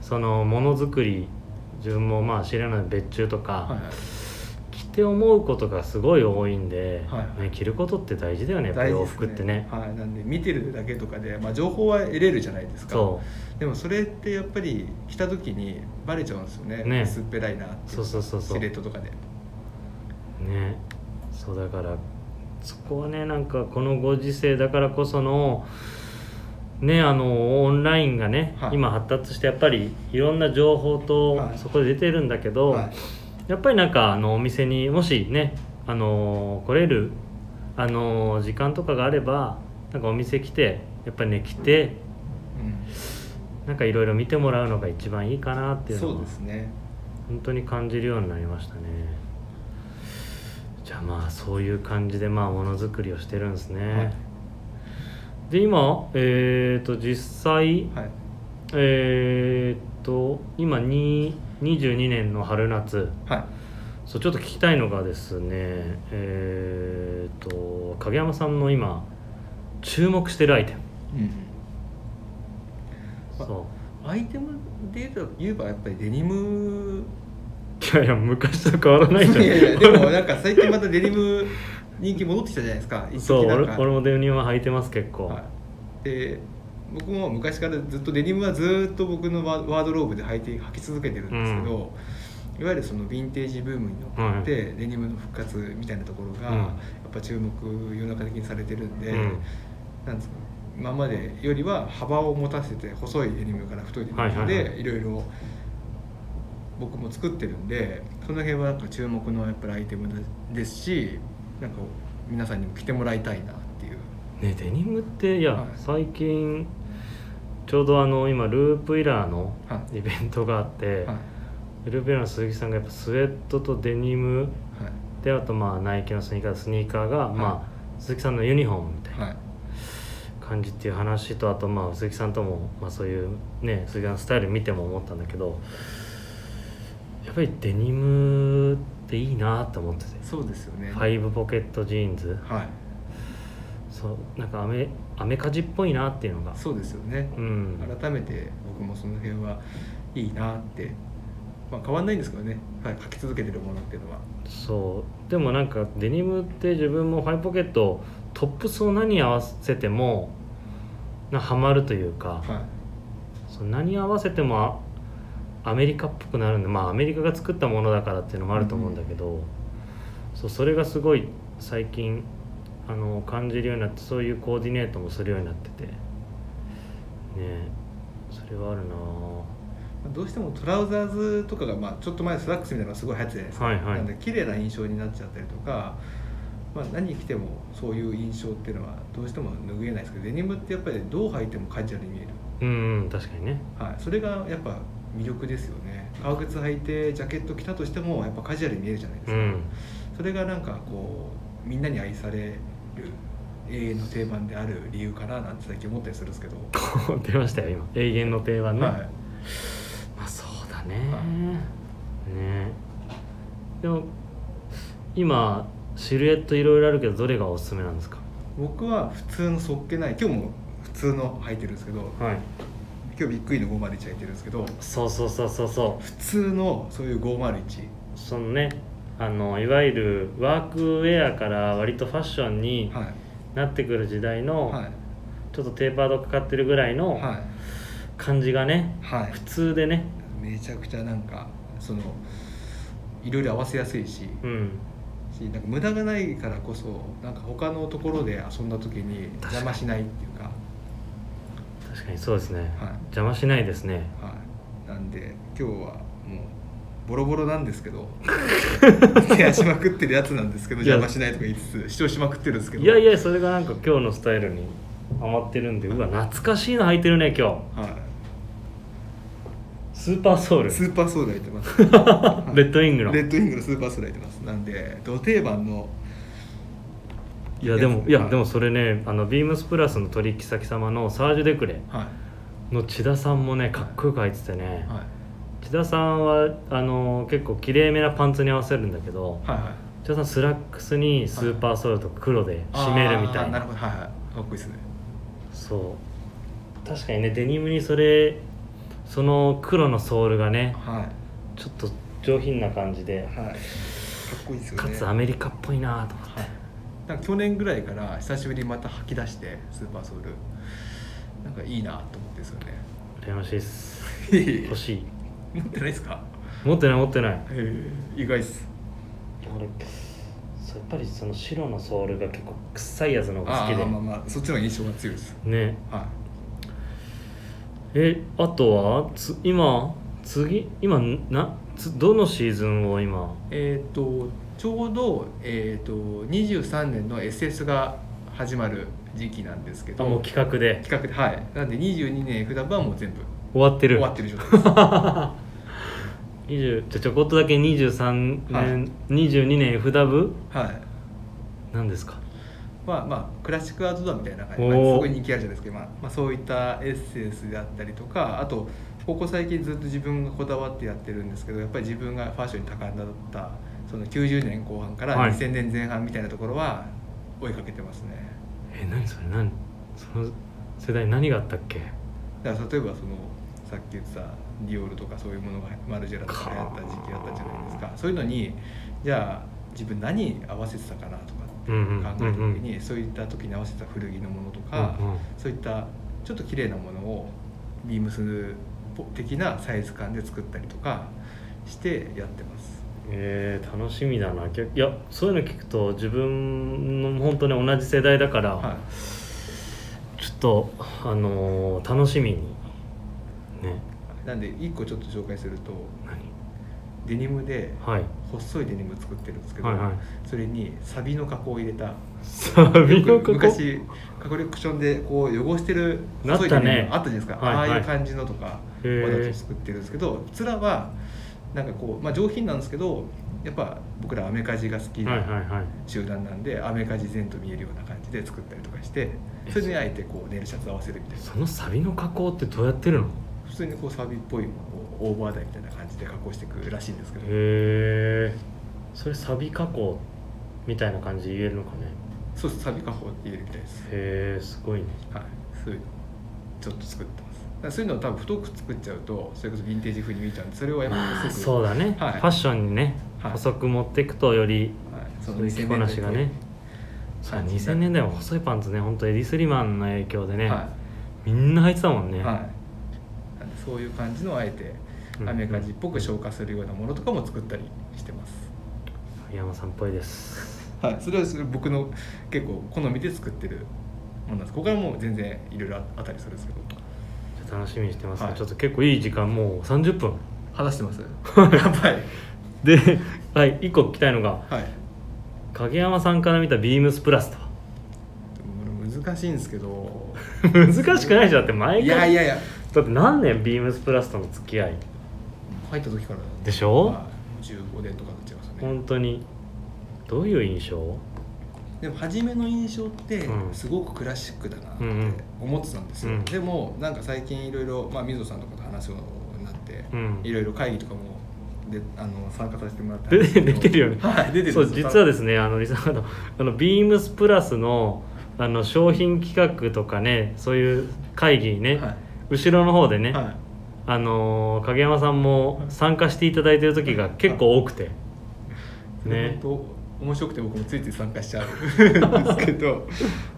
Speaker 1: そのものづくり自分もまあ知らない別注とか、
Speaker 2: はい
Speaker 1: 着て思うことがすごい多いんで、
Speaker 2: はい
Speaker 1: ね、着ることって大事だよねやっぱり洋服ってね
Speaker 2: はい、なんで見てるだけとかで、まあ、情報は得れるじゃないですか
Speaker 1: そう
Speaker 2: でもそれってやっぱり来た時にバレちゃうんですよね
Speaker 1: ね
Speaker 2: 薄っぺらいなって
Speaker 1: そうそうそうそう
Speaker 2: シルエットとかで
Speaker 1: ねそうだからそこはねなんかこのご時世だからこそのねあのオンラインがね、
Speaker 2: はい
Speaker 1: 今発達してやっぱりいろんな情報と
Speaker 2: はい
Speaker 1: そこで出てるんだけど、
Speaker 2: はい
Speaker 1: やっぱりなんかあのお店にもしねあの来れるあの時間とかがあればなんかお店来てやっぱりね来てなんかいろいろ見てもらうのが一番いいかなって
Speaker 2: う
Speaker 1: い
Speaker 2: ん、
Speaker 1: うの
Speaker 2: そう
Speaker 1: は
Speaker 2: ですね
Speaker 1: 本当に感じるようになりましたねじゃあまあそういう感じでまあものづくりをしてるんですね、
Speaker 2: はい
Speaker 1: で今えっ、と実際
Speaker 2: はい
Speaker 1: えっ、と今に22年の春夏
Speaker 2: はい
Speaker 1: そうちょっと聞きたいのがですねえっ、と影山さんの今注目してるアイテム
Speaker 2: うんあ
Speaker 1: そ
Speaker 2: アイテムで言えばやっぱりデニム
Speaker 1: ういやいや昔と変わらない
Speaker 2: い
Speaker 1: じゃん
Speaker 2: やいやでもなんか最近またデニム人気戻ってきたじゃないですか一時
Speaker 1: そう
Speaker 2: な
Speaker 1: 俺
Speaker 2: んか
Speaker 1: 俺もデニムは履いてます結構、
Speaker 2: はい、で僕も昔からずっとデニムはずっと僕のワワードローブで履いて履き続けてるんですけど、いわゆるそのヴィンテージブームに乗って、デニムの復活みたいなところが、
Speaker 1: うん
Speaker 2: やっぱ注目世の中的にされてるんで、
Speaker 1: うん
Speaker 2: なんですか今までよりは幅を持たせて細いデニムから太いデニム
Speaker 1: はい
Speaker 2: ま
Speaker 1: はい
Speaker 2: で
Speaker 1: はい
Speaker 2: いろいろ僕も作ってるんでその辺はなんか注目のやっぱりアイテムですしなんか皆さんにも着てもらいたいなってい
Speaker 1: ね
Speaker 2: う
Speaker 1: デニムっていや、
Speaker 2: はい
Speaker 1: 最近ちょうどあの今ループイラーの
Speaker 2: は
Speaker 1: イベントがあって、
Speaker 2: はい
Speaker 1: ループイラーの鈴木さんがやっぱスウェットとデニム
Speaker 2: はい
Speaker 1: であとまあナイキのスニーカースニーカーが、
Speaker 2: はい
Speaker 1: まあ鈴木さんのユニフォームみたい
Speaker 2: は
Speaker 1: ない感じっていう話とあとまあ鈴木さんとも、まあ、そういうね鈴木さんのスタイル見ても思ったんだけどやっぱりデニムっていいなって思ってて
Speaker 2: そうですよね
Speaker 1: ファイブポケットジーンズ
Speaker 2: はい
Speaker 1: そうなんかアメアメカジっぽいなっていうのが
Speaker 2: そうですよね、
Speaker 1: うん
Speaker 2: 改めて僕もその辺はいいなってまあ変わんないんですけどね、はい、書き続けてるものっていうのは
Speaker 1: そうでもなんかデニムって自分もファイポケットトップスを何合わせてもなハマるというか、
Speaker 2: はい
Speaker 1: そう何合わせてもあアメリカっぽくなるんでまあアメリカが作ったものだからっていうのもあると思うんだけど、そうそれがすごい最近あの感じるようになってそういうコーディネートもするようになっててねえそれはあるな
Speaker 2: まあどうしてもトラウザーズとかが、まあ、ちょっと前スラックスみたいなのがすごい流行ってたじゃないですか、
Speaker 1: はいはい
Speaker 2: なんで綺麗な印象になっちゃったりとか、まあ、何着てもそういう印象っていうのはどうしても拭えないですけどデニムってやっぱりどう履いてもカジュアルに見える、
Speaker 1: うん、うん、確かにね
Speaker 2: はい、それがやっぱ魅力ですよね革靴履いてジャケット着たとしてもやっぱカジュアルに見えるじゃないです
Speaker 1: う
Speaker 2: か、
Speaker 1: ん
Speaker 2: それがなんかこうみんなに愛される永遠の定番である理由かななんて最近思ったりするんですけど、
Speaker 1: こう 出ましたよ今永遠の定番ね、
Speaker 2: はい
Speaker 1: まあそうだね、
Speaker 2: は
Speaker 1: ねでも今シルエットいろいろあるけどどれがおすすめなんですか
Speaker 2: 僕は普通のそっけない今日も普通の履いてるんですけど
Speaker 1: はい
Speaker 2: 今日びっくりの501履いてるんですけど
Speaker 1: そうそうそうそうそ
Speaker 2: 普通のそういう501
Speaker 1: うそのねあのいわゆるワークウェアから割とファッションに
Speaker 2: はい
Speaker 1: なってくる時代の、
Speaker 2: はい
Speaker 1: ちょっとテーパードかかってるぐらいの
Speaker 2: は
Speaker 1: 感じがね
Speaker 2: い、はい
Speaker 1: 普、通でね
Speaker 2: めちゃくちゃなんかそのいろいろ合わせやすいし
Speaker 1: うん
Speaker 2: しなんか無駄がないからこそなんか他のところで遊んだ時に邪魔しないっていうか
Speaker 1: 確かにそうですね、
Speaker 2: はい
Speaker 1: 邪魔しないですね
Speaker 2: はい、なんで今日はもうボロボロなんです けどケアしまくってるやつなんですけど
Speaker 1: いや
Speaker 2: 邪魔しないとか言いつつ主張しまくってるんですけど
Speaker 1: いやいやそれがなんか今日のスタイルにハマってるんでうわ懐かしいの履いてるね今日
Speaker 2: は
Speaker 1: スーパーソウル
Speaker 2: い、スーパーソーダ入ってま す
Speaker 1: レッドウィングの
Speaker 2: レッドイングのスーパーソーダ入ってますなんでど定番の
Speaker 1: いやでもい
Speaker 2: は
Speaker 1: やでもそれねあのビームスプラスの取引先様のサージュ・デクレ
Speaker 2: は
Speaker 1: の千田さんもねかっこよく履いてて
Speaker 2: い
Speaker 1: ね、
Speaker 2: はい
Speaker 1: 千田さんはあの結構きれいめなパンツに合わせるんだけど
Speaker 2: はいはい
Speaker 1: 千田さんスラックスにスーパーソウルとか黒で締めるみた
Speaker 2: あー
Speaker 1: い
Speaker 2: な
Speaker 1: な
Speaker 2: るほどはいはいかっこいいですね
Speaker 1: そう確かにねデニムにそれその黒のソールがね
Speaker 2: はい
Speaker 1: ちょっと上品な感じで
Speaker 2: はいかっこいいですよ
Speaker 1: か
Speaker 2: ね
Speaker 1: つアメリカっぽいなと思って、
Speaker 2: はい、なんか去年ぐらいから久しぶりにまた吐き出してスーパーソウルなんかいいなと思ってですよね
Speaker 1: 羨ましいっす欲しい
Speaker 2: 持ってないですか
Speaker 1: 持ってない持ってない
Speaker 2: ええ意外っす
Speaker 1: 俺そうやっぱりその白のソールが結構臭いやつの方が好きで、
Speaker 2: あーまあまあそっちの方が印象が強いです
Speaker 1: ね
Speaker 2: は
Speaker 1: えあとはつ今次今なつどのシーズンを今
Speaker 2: えっ、とちょうど、えー、と23年の SS が始まる時期なんですけ
Speaker 1: あもう
Speaker 2: ど
Speaker 1: 企画で
Speaker 2: 企画ではいなんで22年 F ダブはもう全部
Speaker 1: 終わってる
Speaker 2: 終わってる状態です
Speaker 1: 20じゃあちょこっとだけ23年、22年 F ダブ
Speaker 2: はい
Speaker 1: なんですか
Speaker 2: まあまあクラシックアウトドアみたいな感じで、まあ
Speaker 1: おー
Speaker 2: すごい人気あるじゃないですか、まあまあ、そういったエッセンスであったりとかあとここ最近ずっと自分がこだわってやってるんですけどやっぱり自分がファッションに多感だったその90年後半から
Speaker 1: はい
Speaker 2: 2000年前半みたいなところは追いかけてますね、
Speaker 1: え何それ何その世代何があったっけ
Speaker 2: だから例えばそのさっき言ってたディオールとかそういうものがマルジェラとか流行った時期あったじゃないですかそういうのにじゃあ自分何合わせてたかなとかって
Speaker 1: うんうん
Speaker 2: 考えた時に、そういった時に合わせた古着のものとか、
Speaker 1: うんうん
Speaker 2: そういったちょっと綺麗なものをビームス的なサイズ感で作ったりとかしてやってます
Speaker 1: えー、楽しみだなきゃいやそういうの聞くと自分の本当に同じ世代だから、
Speaker 2: は
Speaker 1: ちょっとあのー楽しみにね
Speaker 2: いなんで一個ちょっと紹介すると
Speaker 1: 何
Speaker 2: デニムで
Speaker 1: はい
Speaker 2: 細いデニム作ってるんですけど、
Speaker 1: はいはい
Speaker 2: それにサビの加工を入れた
Speaker 1: サビのここ
Speaker 2: 昔カコレクションでこう汚してる
Speaker 1: なったね
Speaker 2: 細いデニムあったじゃないですか、
Speaker 1: はいはい
Speaker 2: ああいう感じのとか
Speaker 1: へー
Speaker 2: わざと作ってるんですけどつらはなんかこう、まあ、上品なんですけどやっぱ僕らアメカジが好き
Speaker 1: はいはい
Speaker 2: な
Speaker 1: はい
Speaker 2: 集団なんで、アメカジ全と見えるような感じで作ったりとかしてそれにあえてこうネイルシャツ合わせるみたいな
Speaker 1: そのサビの加工ってどうやってるの
Speaker 2: 普通にこうサビっぽいものをオーバーダイみたいな感じで加工していくらしいんですけど
Speaker 1: へえそれサビ加工みたいな感じで言えるのかね
Speaker 2: そうですサビ加工って言えるみたいです
Speaker 1: へえすごいね
Speaker 2: はい、そういうのちょっと作ってますだからそういうのを多分太く作っちゃうとそれこそヴィンテージ風に見えちゃうんでそれをやっ
Speaker 1: ま
Speaker 2: ぱ
Speaker 1: あ
Speaker 2: りすごく、
Speaker 1: そうだね、
Speaker 2: はい
Speaker 1: ファッションにね、
Speaker 2: はい
Speaker 1: 細く持っていくとより
Speaker 2: はい、
Speaker 1: そ
Speaker 2: そうの
Speaker 1: いう着
Speaker 2: 2000
Speaker 1: こ
Speaker 2: 年
Speaker 1: な
Speaker 2: 代
Speaker 1: しがねさあ2000年代も細いパンツね本当エディ・スリマンの影響でね、
Speaker 2: は
Speaker 1: みんな履いてたもん
Speaker 2: い、
Speaker 1: ね、
Speaker 2: はい、なんでそういう感じのをあえて
Speaker 1: うん
Speaker 2: アメカジっぽく消化するようなものとかも作ったりしてます、
Speaker 1: 杉山さんっぽいです
Speaker 2: はい、それはそれ僕の結構好みで作ってるものなんですここからもう全然いろいろあったりするんですけど
Speaker 1: じゃあ楽しみにしてます、
Speaker 2: はい
Speaker 1: ちょっと結構いい時間もう30分
Speaker 2: 話してま すやばい
Speaker 1: で はい1個聞きたいのが
Speaker 2: はい
Speaker 1: 影山さんから見たビームスプラスとは
Speaker 2: 難しいんですけど
Speaker 1: 難しくないでしょだって毎回
Speaker 2: いやいやいや
Speaker 1: だって何年ビームスプラスとの付き合い
Speaker 2: 入った時から
Speaker 1: でしょ、
Speaker 2: はい15年とかになっちゃいますよね
Speaker 1: 本当にどういう印象
Speaker 2: でも初めの印象って
Speaker 1: うん
Speaker 2: すごくクラシックだなって
Speaker 1: うんうん
Speaker 2: 思ってたんですよ、
Speaker 1: うん
Speaker 2: でもなんか最近いろいろまあ水野さんとかと話すようになって
Speaker 1: うん
Speaker 2: いろいろ会議とかもであの参加させてもらったん
Speaker 1: 出
Speaker 2: ですけ
Speaker 1: て
Speaker 2: ど
Speaker 1: 出てるよね
Speaker 2: はい出てる
Speaker 1: そう実はですすねあのリサードあのビームスプラスのあの商品企画とかねそういう会議にね、
Speaker 2: は
Speaker 1: 後ろの方でね、
Speaker 2: い、は
Speaker 1: あのー影山さんも参加していただいてる時が結構多くて
Speaker 2: い、
Speaker 1: ね
Speaker 2: 本当面白くて僕もついつい参加しちゃうんですけ ど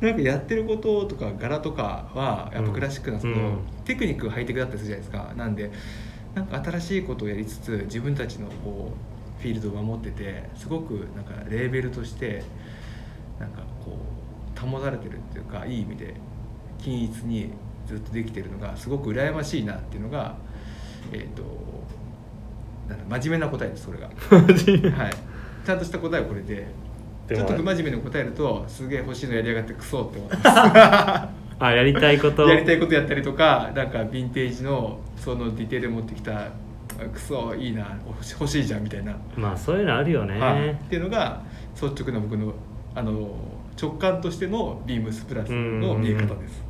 Speaker 2: なんかやってることとか柄とかはやっぱクラシックなんですけど、
Speaker 1: うんうん
Speaker 2: テクニックがハイテクだったりするじゃないですかなんでなんか新しいことをやりつつ自分たちのこうフィールドを守っててすごくなんかレーベルとしてなんかこう保たれてるっていうかいい意味で均一にずっとできてるのがすごく羨ましいなっていうのがえっ、となんだ真面目な答えですそれが、 はい、ちゃんとした答えはこれで
Speaker 1: で
Speaker 2: ちょ
Speaker 1: も
Speaker 2: っと不真面目に答えるとすげえ欲しいのやりやがってクソって 思ってます
Speaker 1: あやりたいこと
Speaker 2: やりたいことやったりとかなんかヴィンテージのそのディテール持ってきたクソいいな欲し欲しいじゃんみたいな、
Speaker 1: まあそういうのあるよね、
Speaker 2: はいっていうのが率直な僕のあの直感としてのビームスプラスの見え方です。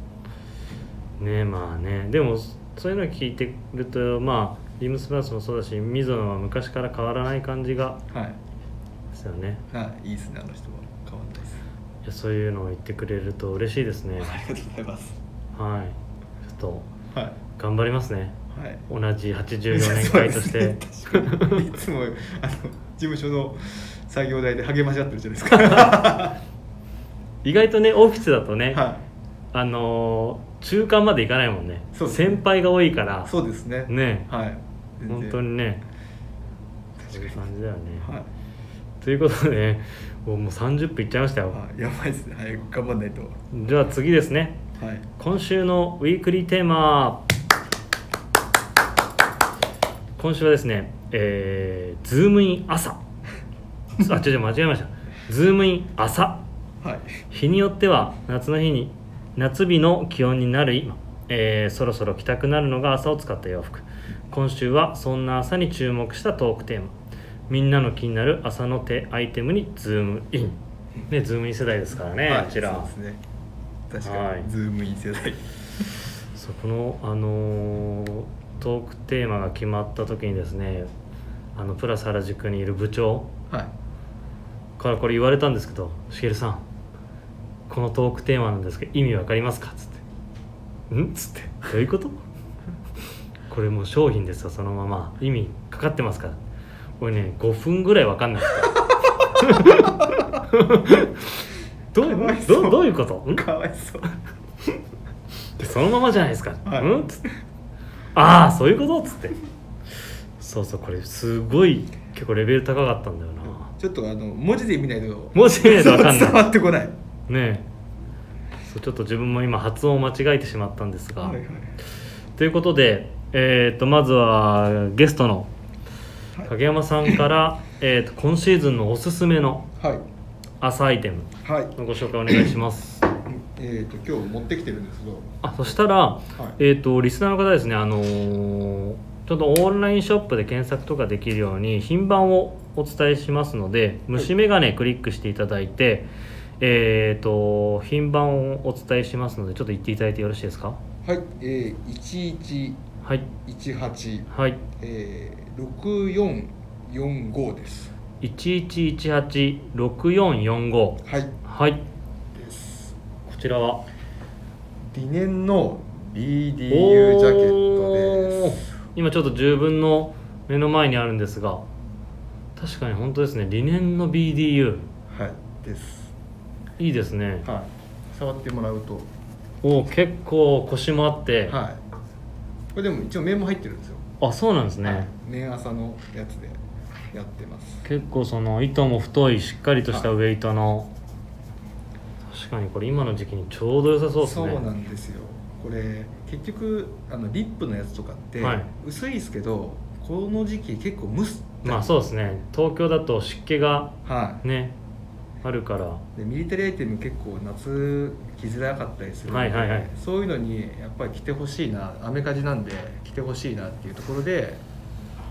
Speaker 1: ねまあねでもそういうの聞いてるとまあビームスプラスもそうだし水野は昔から変わらない感じが
Speaker 2: はい、
Speaker 1: ですよね
Speaker 2: はい、いいですねあの人は変わったです。
Speaker 1: いやそういうのを言ってくれると嬉しいですね
Speaker 2: ありがとうございます。
Speaker 1: はいちょっと
Speaker 2: はい
Speaker 1: 頑張りますね
Speaker 2: はい。
Speaker 1: 同じ84年会として、
Speaker 2: そうですね確かにいつもあの事務所の作業台で励まし合ってるじゃない ですか。
Speaker 1: 意外とねオフィスだとね、
Speaker 2: は
Speaker 1: あのー中間まで行かないもんね
Speaker 2: そうですね
Speaker 1: 先輩が多いから
Speaker 2: い、そうですね。
Speaker 1: ね
Speaker 2: はい。全然
Speaker 1: 本当にねそう
Speaker 2: 確
Speaker 1: いう
Speaker 2: か
Speaker 1: 感じだよね
Speaker 2: に。、はい。
Speaker 1: ということでねもうもう30分いっちゃいましたよ、
Speaker 2: あやばいですねはい頑張んないと
Speaker 1: じゃあ次ですね
Speaker 2: はい
Speaker 1: 今週のウィークリーテーマ今週はですねえー、ズームイン朝あ違う違う間違えましたズームイン朝
Speaker 2: はい
Speaker 1: 日によっては夏の日に夏日の気温になる今、えーそろそろ着たくなるのが朝を使った洋服今週はそんな朝に注目したトークテーマみんなの気になる朝の手アイテムにズームインねズームイン世代ですからね、
Speaker 2: はい
Speaker 1: こちら
Speaker 2: そうですね確かに、
Speaker 1: はい
Speaker 2: ズームイン世代
Speaker 1: そうこの、あのートークテーマが決まった時にですねあのプラス原宿にいる部長
Speaker 2: はい
Speaker 1: からこれ言われたんですけど「しげるさんこのトークテーマなんですけど意味わかりますか?」っつって「ん?」っつって「どういうこと?」これもう商品ですよそのまま意味かかってますからこれね5分ぐらいわかんない ですからど
Speaker 2: かわいうそう
Speaker 1: どうどういうことん
Speaker 2: かわいそう
Speaker 1: でそのままじゃないですか、
Speaker 2: はい
Speaker 1: うんつってああそういうことっつってそうそうこれすごい結構レベル高かったんだよな
Speaker 2: ちょっとあの文字で見ないと
Speaker 1: 文字で見ないとわか んない
Speaker 2: 伝わってこない
Speaker 1: ねえそうちょっと自分も今発音を間違えてしまったんですが、
Speaker 2: はいはい
Speaker 1: ということで、えー、とまずはゲストの影山さんから、 えー、と今シーズンのおすすめの
Speaker 2: はい
Speaker 1: 朝アイテム
Speaker 2: はい
Speaker 1: のご紹介お願いします
Speaker 2: えっ、と今日持ってきてるんですけど
Speaker 1: あそしたら、
Speaker 2: はい
Speaker 1: えー、とリスナーの方ですね、あのーちょっとオンラインショップで検索とかできるように品番をお伝えしますので虫眼鏡クリックしていただいて、えー、と品番をお伝えしますのでちょっと言っていただいてよろしいですか
Speaker 2: はい、えー、
Speaker 1: はい
Speaker 2: 1118、
Speaker 1: はい
Speaker 2: えー、6445です
Speaker 1: 11186445
Speaker 2: はい
Speaker 1: はいこ
Speaker 2: です
Speaker 1: ちらは
Speaker 2: リネンの BDU ジ
Speaker 1: お
Speaker 2: ャケット
Speaker 1: ー
Speaker 2: です
Speaker 1: 今ちょっと十分の目の前にあるんですが確かに本当ですね理念の BDU
Speaker 2: はいです
Speaker 1: いいですね
Speaker 2: はい触ってもらうとは
Speaker 1: おー結構腰もあって、
Speaker 2: いこれでも一応面も入ってるんですよ
Speaker 1: あそうなんですね、
Speaker 2: はい面朝のやつでやってます
Speaker 1: 結構その糸も太いしっかりとしたウエイトの、確かにこれ今の時期にちょうど良さそうですね
Speaker 2: なんですよこれ結局あのリップのやつとかって、
Speaker 1: はい
Speaker 2: 薄いですけどこの時期結構蒸す
Speaker 1: まあそうですね東京だと湿気が
Speaker 2: はい
Speaker 1: ねあるから
Speaker 2: でミリタリーアイテム結構夏着づらかったりするので、
Speaker 1: はいはいはい
Speaker 2: そういうのにやっぱり着てほしいなアメカジなんで着てほしいなっていうところで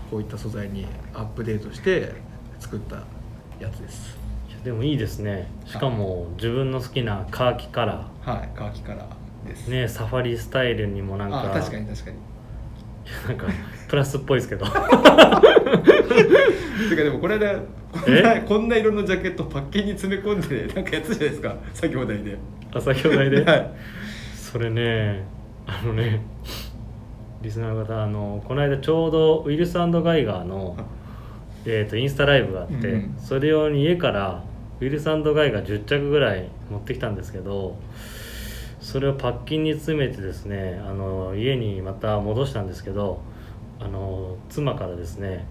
Speaker 2: こういった素材にアップデートして作ったやつです
Speaker 1: いやでもいいですねしかも自分の好きなカーキカラ
Speaker 2: はい乾きからです
Speaker 1: ーねサファリスタイルにもなんか
Speaker 2: あ確かに確かに
Speaker 1: なんかプラスっぽいですけ ど
Speaker 2: てかでもこれ間こんなこんな色のジャケットパッケージに詰め込んでなんかやつじゃないですか先ほどで
Speaker 1: 朝兄弟で、
Speaker 2: はい
Speaker 1: それねあのねリスナーの方あのこの間ちょうどウィルスガイガーの、えー、とインスタライブがあって、
Speaker 2: うん
Speaker 1: それ用に家からウィルスガイガー10着ぐらい持ってきたんですけどそれをパッキンに詰めてですねあの家にまた戻したんですけどあの妻からですね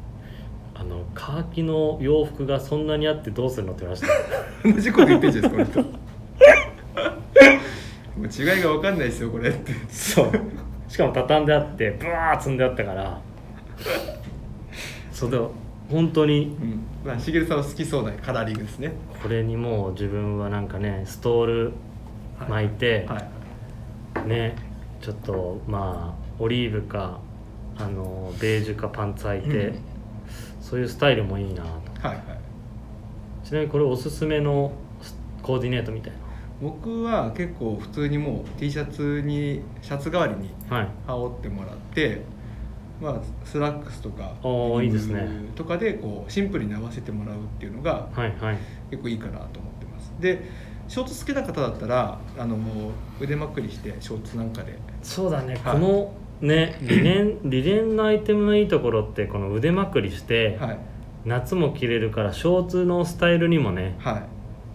Speaker 1: あのカーキの洋服がそんなにあってどうするのって言われました
Speaker 2: 同じこと言ってんじゃないです かこの人もう違いが分かんないですよこれってそう
Speaker 1: しかも畳んであってブワー積んであったからそうでも本当に
Speaker 2: うんまあ、しげるさんの好きそうなカラーリングですね
Speaker 1: これにもう自分はなんかねストール巻いて、
Speaker 2: はい
Speaker 1: ねちょっとまあオリーブかあのベージュかパンツ履いて、
Speaker 2: うん
Speaker 1: そういうスタイルもいいなと
Speaker 2: はいはい
Speaker 1: ちなみにこれおすすめのスコーディネートみたい
Speaker 2: 僕は結構普通にもう T シャツにシャツ代わりに
Speaker 1: なはい
Speaker 2: 羽織ってもらってまあスラックスとか
Speaker 1: おー
Speaker 2: リング
Speaker 1: いいですね
Speaker 2: とかでこうシンプルに合わせてもらうっていうのが
Speaker 1: はいはい
Speaker 2: 結構いいかなと思ってますでショーツ好きな方だったらあのもう腕まくりしてショーツなんかで
Speaker 1: そうだね、
Speaker 2: はい
Speaker 1: このね理念理念のアイテムのいいところってこの腕まくりして、
Speaker 2: はい
Speaker 1: 夏も着れるからショーツのスタイルにもね
Speaker 2: はい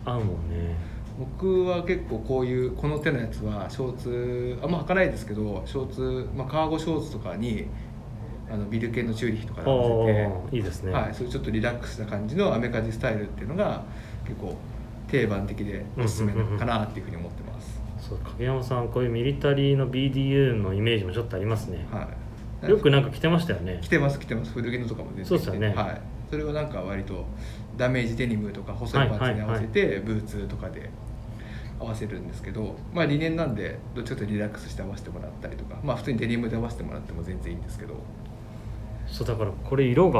Speaker 1: 合うもんね
Speaker 2: 僕は結構こういうこの手のやつはショーツあんま履かないですけどショーツ、まあ、カーゴショーツとかにあのビル系のチューリヒとかで合わせて、
Speaker 1: おーいいですね、
Speaker 2: はい、そういうちょっとリラックスな感じのアメカジスタイルっていうのが結構定番的でおすすめかなっていうふうに思ってます、
Speaker 1: そう影山さんこういうミリタリーの BDU のイメージもちょっとありますね
Speaker 2: はい、
Speaker 1: よくなんか着てましたよね
Speaker 2: 着てます着てます古着のとかも出てきて
Speaker 1: そうですよね
Speaker 2: はい、それはなんか割とダメージデニムとか細いパンツに合わせてブーツとかで合わせるんですけど、まあリネンなんでどっちかというとリラックスして合わせてもらったりとかまあ普通にデニムで合わせてもらっても全然いいんですけど
Speaker 1: そうだからこれ色が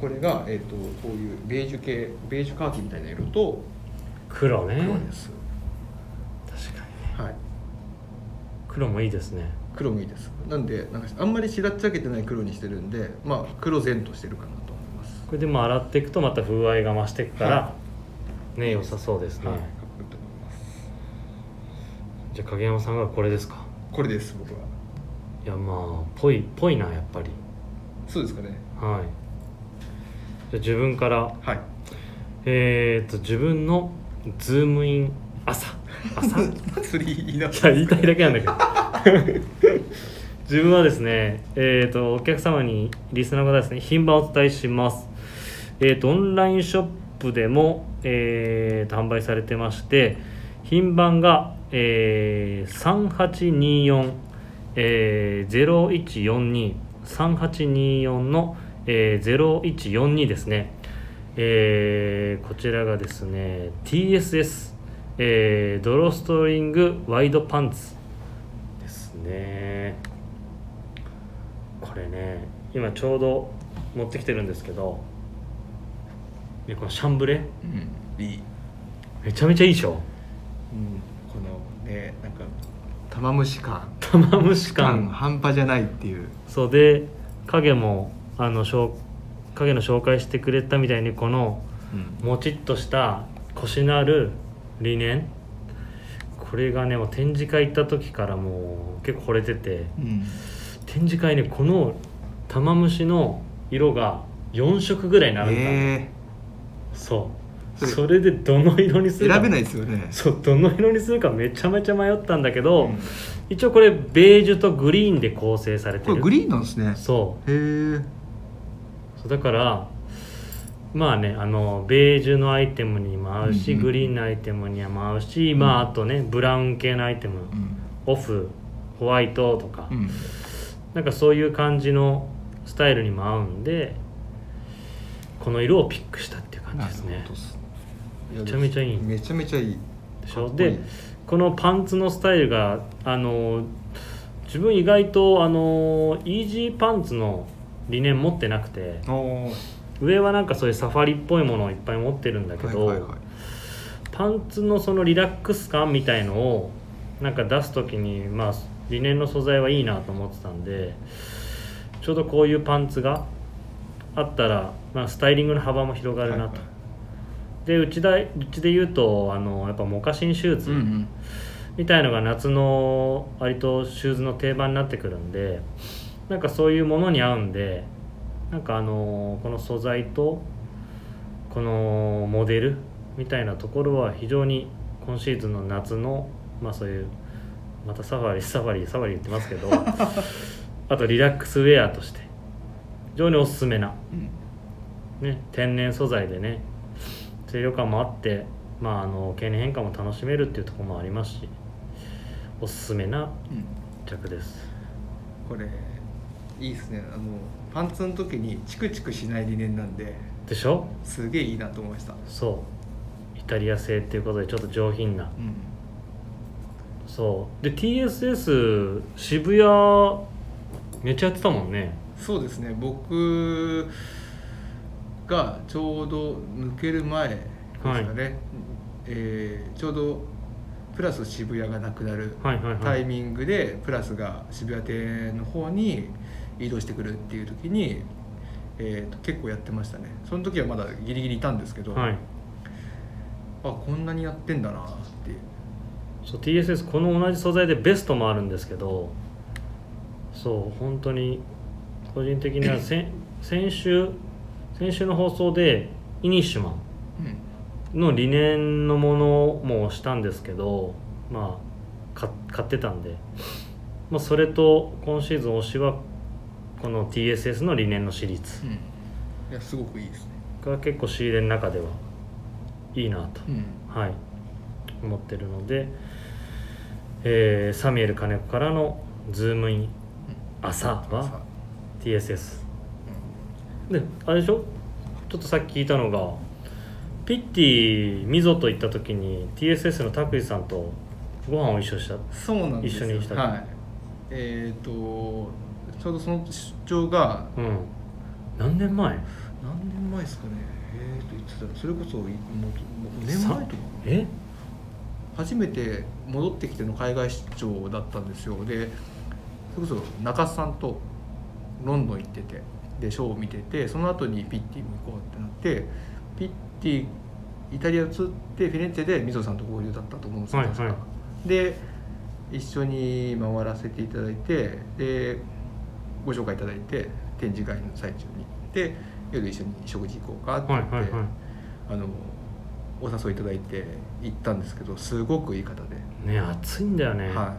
Speaker 2: これが、えー、とこういうベージュ系ベージュカーキみたいな色と
Speaker 1: 黒ね
Speaker 2: 黒です、
Speaker 1: 確かに
Speaker 2: はい
Speaker 1: 黒もいいですね
Speaker 2: 黒もいいですなんでなんかあんまりしらっちゃけてない黒にしてるんでまあ黒然としてるかなと思います
Speaker 1: これでも洗っていくとまた風合いが増していくから、
Speaker 2: は
Speaker 1: ね良さそうですね、
Speaker 2: はいかっこいいと思います
Speaker 1: じゃあ影山さんがこれですか
Speaker 2: これです僕はい
Speaker 1: やまあぽいぽいなやっぱり
Speaker 2: そうですかね
Speaker 1: はいじゃあ自分から
Speaker 2: はい
Speaker 1: えー、っと自分のズームイン朝朝い
Speaker 2: 釣り言いな
Speaker 1: や言いたいだけなんだけど 自分はですねえー、っとお客様にリスナーの方ですね品番をお伝えしますえー、とオンラインショップでも、えーと販売されてまして品番が、えー、3824-0142、3824の、えー、0142ですね、えーこちらがですね TSS、えードローストリングワイドパンツですねこれね今ちょうど持ってきてるんですけどねこのシャンブレ
Speaker 2: うんいい、
Speaker 1: めちゃめちゃいいでしょ
Speaker 2: うん、このねなんか玉虫感
Speaker 1: 玉虫
Speaker 2: 感
Speaker 1: 感
Speaker 2: 半端じゃないっていう
Speaker 1: そうで影もあのしょう影の紹介してくれたみたいにこの
Speaker 2: うん
Speaker 1: もちっとしたコシのある理念これがねもう展示会行った時からもう結構惚れてて
Speaker 2: うん
Speaker 1: 展示会ねこの玉虫の色が4色ぐらい並んでたの、
Speaker 2: え
Speaker 1: そう
Speaker 2: それ
Speaker 1: それでどの色にす
Speaker 2: ー、
Speaker 1: るか
Speaker 2: 選べないですよね
Speaker 1: そうどの色にするかめちゃめちゃ迷ったんだけど、
Speaker 2: うん
Speaker 1: 一応これベージュとグリーンで構成されて
Speaker 2: こ
Speaker 1: る
Speaker 2: れグリーンなんですね
Speaker 1: そ
Speaker 2: へえ
Speaker 1: うそうだからまあねあのベージュのアイテムにも合うし、
Speaker 2: うんうん
Speaker 1: グリーンのアイテムにも合うし、まああとねブラウン系のアイテム、
Speaker 2: うん
Speaker 1: オフホワイトとか、
Speaker 2: うん
Speaker 1: なんかそういう感じのスタイルにも合うんでこの色をピックしたっていう感じですねめちゃめちゃいい
Speaker 2: めちゃめちゃいい
Speaker 1: でしょ
Speaker 2: かっこいい
Speaker 1: でこのパンツのスタイルがあの自分意外とあのイージーパンツの理念持ってなくて
Speaker 2: おー
Speaker 1: 上はなんかそういうサファリっぽいものをいっぱい持ってるんだけど、
Speaker 2: はいはいはい
Speaker 1: パンツのそのリラックス感みたいのをなんか出す時にまあリネンの素材はいいなと思ってたんでちょうどこういうパンツがあったら、まあ、スタイリングの幅も広がるなと、
Speaker 2: はいはい
Speaker 1: でうちだうちで言うとあのやっぱモカシンシューズ、
Speaker 2: うんうん
Speaker 1: みたいのが夏の割とシューズの定番になってくるんでなんかそういうものに合うんでなんかあのこの素材とこのモデルみたいなところは非常に今シーズンの夏のまあそういうまたサファリサファリサファリ言ってますけどあとリラックスウェアとして非常におすすめな、
Speaker 2: うん
Speaker 1: ね、天然素材でね清涼感もあって、まあ、あの経年変化も楽しめるっていうところもありますしおすすめな
Speaker 2: うん
Speaker 1: 一着です
Speaker 2: これいいですねあのパンツの時にチクチクしない理念なんで
Speaker 1: でしょ
Speaker 2: すげえいいなと思いました
Speaker 1: そうイタリア製っていうことでちょっと上品な
Speaker 2: うん
Speaker 1: そうで TSS 渋谷めっちゃやってたもんね
Speaker 2: そうですね僕がちょうど抜ける前ですかね、えーちょうどプラス渋谷がなくなる
Speaker 1: はいはいは
Speaker 2: タイ
Speaker 1: い
Speaker 2: ミングでプラスが渋谷店の方に移動してくるっていう時に、えーと結構やってましたねその時はまだギリギリいたんですけど、
Speaker 1: はい
Speaker 2: あこんなにやってんだなっていう
Speaker 1: そう TSS この同じ素材でベストもあるんですけどそう本当に個人的にはせん先週先週の放送でイニッシュマンの理念のものもしたんですけどまあか買ってたんで、まあ、それと今シーズン推しはこの TSS の理念のシリーズ
Speaker 2: うん、いやすごくいいですね、
Speaker 1: が結構仕入れの中ではいいなと、はい思ってるので、えーサミュエル金子からのズームイン朝は
Speaker 2: さ
Speaker 1: TSS であれでしょちょっとさっき聞いたのがピッティミゾと行った時に TSS の拓司さんとご飯を一緒にした
Speaker 2: そうなんですよ
Speaker 1: 一緒にした
Speaker 2: はいえっ、とちょうどその出張が
Speaker 1: うん何年前
Speaker 2: 何年前ですかねえっ、といつだろうそれこそいもう5年前とか
Speaker 1: え
Speaker 2: 初めて戻ってきての海外出張だったんですよでそれこそ中須さんとロンドン行っててでショーを見ててその後にピッティも行こうってなってピッティイタリア移ってフィレンツェで水野さんと合流だったと思うんですよ、
Speaker 1: はい
Speaker 2: 確か
Speaker 1: は
Speaker 2: で一緒に回らせていただいてでご紹介いただいて展示会の最中にで夜一緒に食事行こうかって
Speaker 1: は
Speaker 2: 言
Speaker 1: い
Speaker 2: って、
Speaker 1: はいは
Speaker 2: あのお誘いいただいて行ったんですけどすごくいい方で、
Speaker 1: いね暑いんだよね、
Speaker 2: は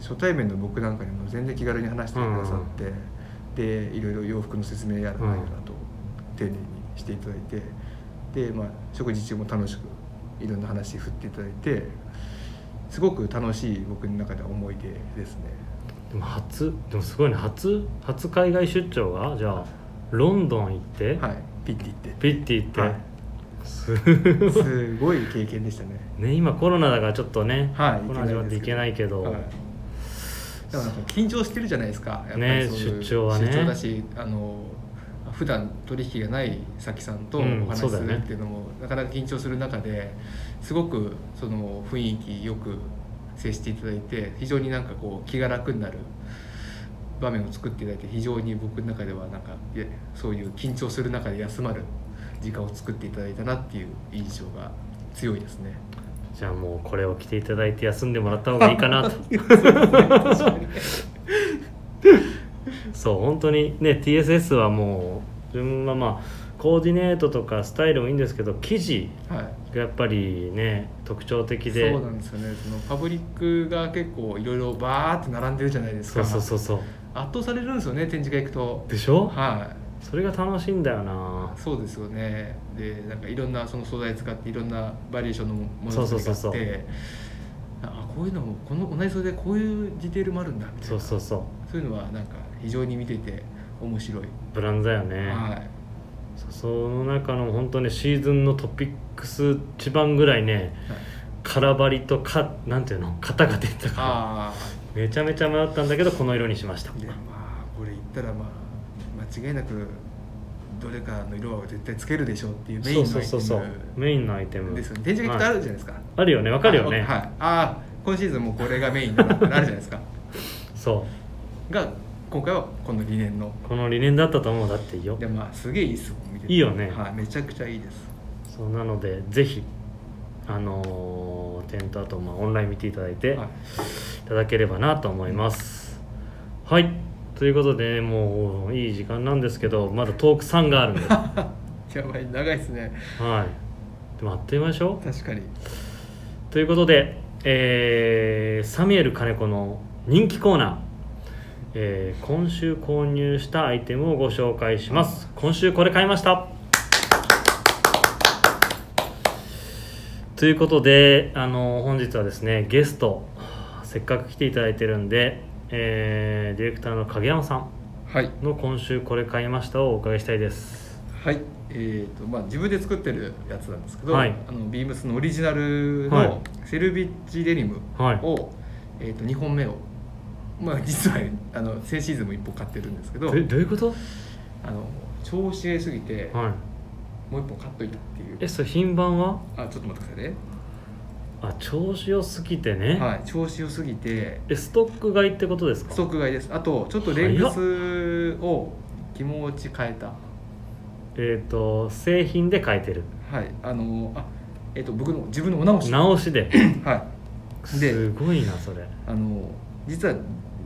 Speaker 2: い、初対面の僕なんかにも全然気軽に話してくださって、でいろいろ洋服の説明やらないかなと丁寧にしていただいてで、まあ、食事中も楽しくいろんな話振っていただいてすごく楽しい僕の中では思い出ですね。
Speaker 1: でも初でもすごいね初初海外出張がじゃあロンドン行って、
Speaker 2: はい、ピッて行って
Speaker 1: ピッティ行って、
Speaker 2: はい
Speaker 1: す
Speaker 2: すごい経験でしたね。
Speaker 1: ね今コロナだからちょっとね、
Speaker 2: はい
Speaker 1: コロナ始まっていけないけど、
Speaker 2: はいだから緊張してるじゃないですかやっぱり
Speaker 1: ね
Speaker 2: そういう
Speaker 1: 出張はね
Speaker 2: 出張だしあの普段取引がない先さんとお
Speaker 1: うん
Speaker 2: 話
Speaker 1: そ
Speaker 2: し
Speaker 1: うだ
Speaker 2: す
Speaker 1: よね
Speaker 2: るっていうのも、なかなか緊張する中ですごくその雰囲気よく接していただいて非常になんかこう気が楽になる場面を作っていただいて非常に僕の中ではなんかいえそういう緊張する中で休まる時間を作っていただいたなっていう印象が強いですね。
Speaker 1: じゃあもうこれを着ていただいて休んでもらった方がいいか なとそう本当にね TSS はもう自分はまあコーディネートとかスタイルもいいんですけど生地
Speaker 2: はい
Speaker 1: がやっぱりね特徴的で
Speaker 2: そうなんですよねそのパブリックが結構いろいろバーって並んでるじゃないです
Speaker 1: そ
Speaker 2: か
Speaker 1: うそうそうそう
Speaker 2: 圧倒されるんですよね展示会行くと
Speaker 1: でしょ
Speaker 2: は
Speaker 1: それが楽しいんだよない
Speaker 2: そうですよねでなんかいろんなその素材使っていろんなバリエーションのもの
Speaker 1: そう
Speaker 2: が
Speaker 1: そう
Speaker 2: 使
Speaker 1: そう
Speaker 2: っ
Speaker 1: そう
Speaker 2: てあこういうのもこの同じ素材でこういうディテールもあるんだみたいな
Speaker 1: そうそうそ
Speaker 2: そういうのはなんか非常に見てて面白い、
Speaker 1: うブランドだよね、
Speaker 2: はい
Speaker 1: そその中の本当にシーズンのトピックス一番ぐらいね空張りとかなんていうの型が出てたから
Speaker 2: ああ
Speaker 1: めちゃめちゃ迷ったんだけどこの色にしました
Speaker 2: でまあこれ言ったらまあ間違いなくどれかの色は絶対つけるでしょうっていうメイ
Speaker 1: そ
Speaker 2: ン
Speaker 1: うそう
Speaker 2: のアイテ
Speaker 1: そう
Speaker 2: ム
Speaker 1: そうメインのアイテム
Speaker 2: ですよね展示会ってあ
Speaker 1: はい
Speaker 2: るじゃないですか、
Speaker 1: あるよねわかるよね、
Speaker 2: あはいああ今シーズンもうこれがメインだなってなるじゃないですか
Speaker 1: そ
Speaker 2: が今回はこの理念の
Speaker 1: うこの理念だったと思うだっていいよ
Speaker 2: でまあすげえいいっすもん見てて
Speaker 1: いいよね
Speaker 2: はい、めちゃくちゃいいです
Speaker 1: そうなのでぜひあのー、店頭とまあオンライン見ていただいて、
Speaker 2: はい
Speaker 1: いただければなと思います。はいということでもういい時間なんですけどまだトーク3があるんで、は
Speaker 2: やばい長いですね
Speaker 1: い、でもあっという間でしょ
Speaker 2: 確かに
Speaker 1: ということで、えーサミュエル金子の人気コーナー、えー今週購入したアイテムをご紹介します今週これ買いましたということで、あの本日はですねゲストせっかく来ていただいてるんで、えーディレクターの影山さん
Speaker 2: はい
Speaker 1: の今週これ買いましたをお伺いしたいです
Speaker 2: はいえーとまあ、自分で作ってるやつなんですけど、
Speaker 1: はい
Speaker 2: あのビームスのオリジナル
Speaker 1: はい
Speaker 2: のセルビッチデニムを、
Speaker 1: はい
Speaker 2: えー、と2本目を、まあ、実はあの先シーズンも1本買ってるんですけど
Speaker 1: えどういうこと、
Speaker 2: あの調子が良すぎて、
Speaker 1: はい、
Speaker 2: もう1本買っといたっていう
Speaker 1: えそれ品番は
Speaker 2: あちょっと待ってくださいね
Speaker 1: あ調子良すぎてね、
Speaker 2: はい、調子良すぎて
Speaker 1: えストック買いってことですか
Speaker 2: ストック買いですあとちょっとレングスを気持ち変えた
Speaker 1: えっ、と製品で変えてる
Speaker 2: はいあのあえっ、と僕の自分のお直し
Speaker 1: 直しで
Speaker 2: はい です
Speaker 1: ごいなそれ
Speaker 2: あの実は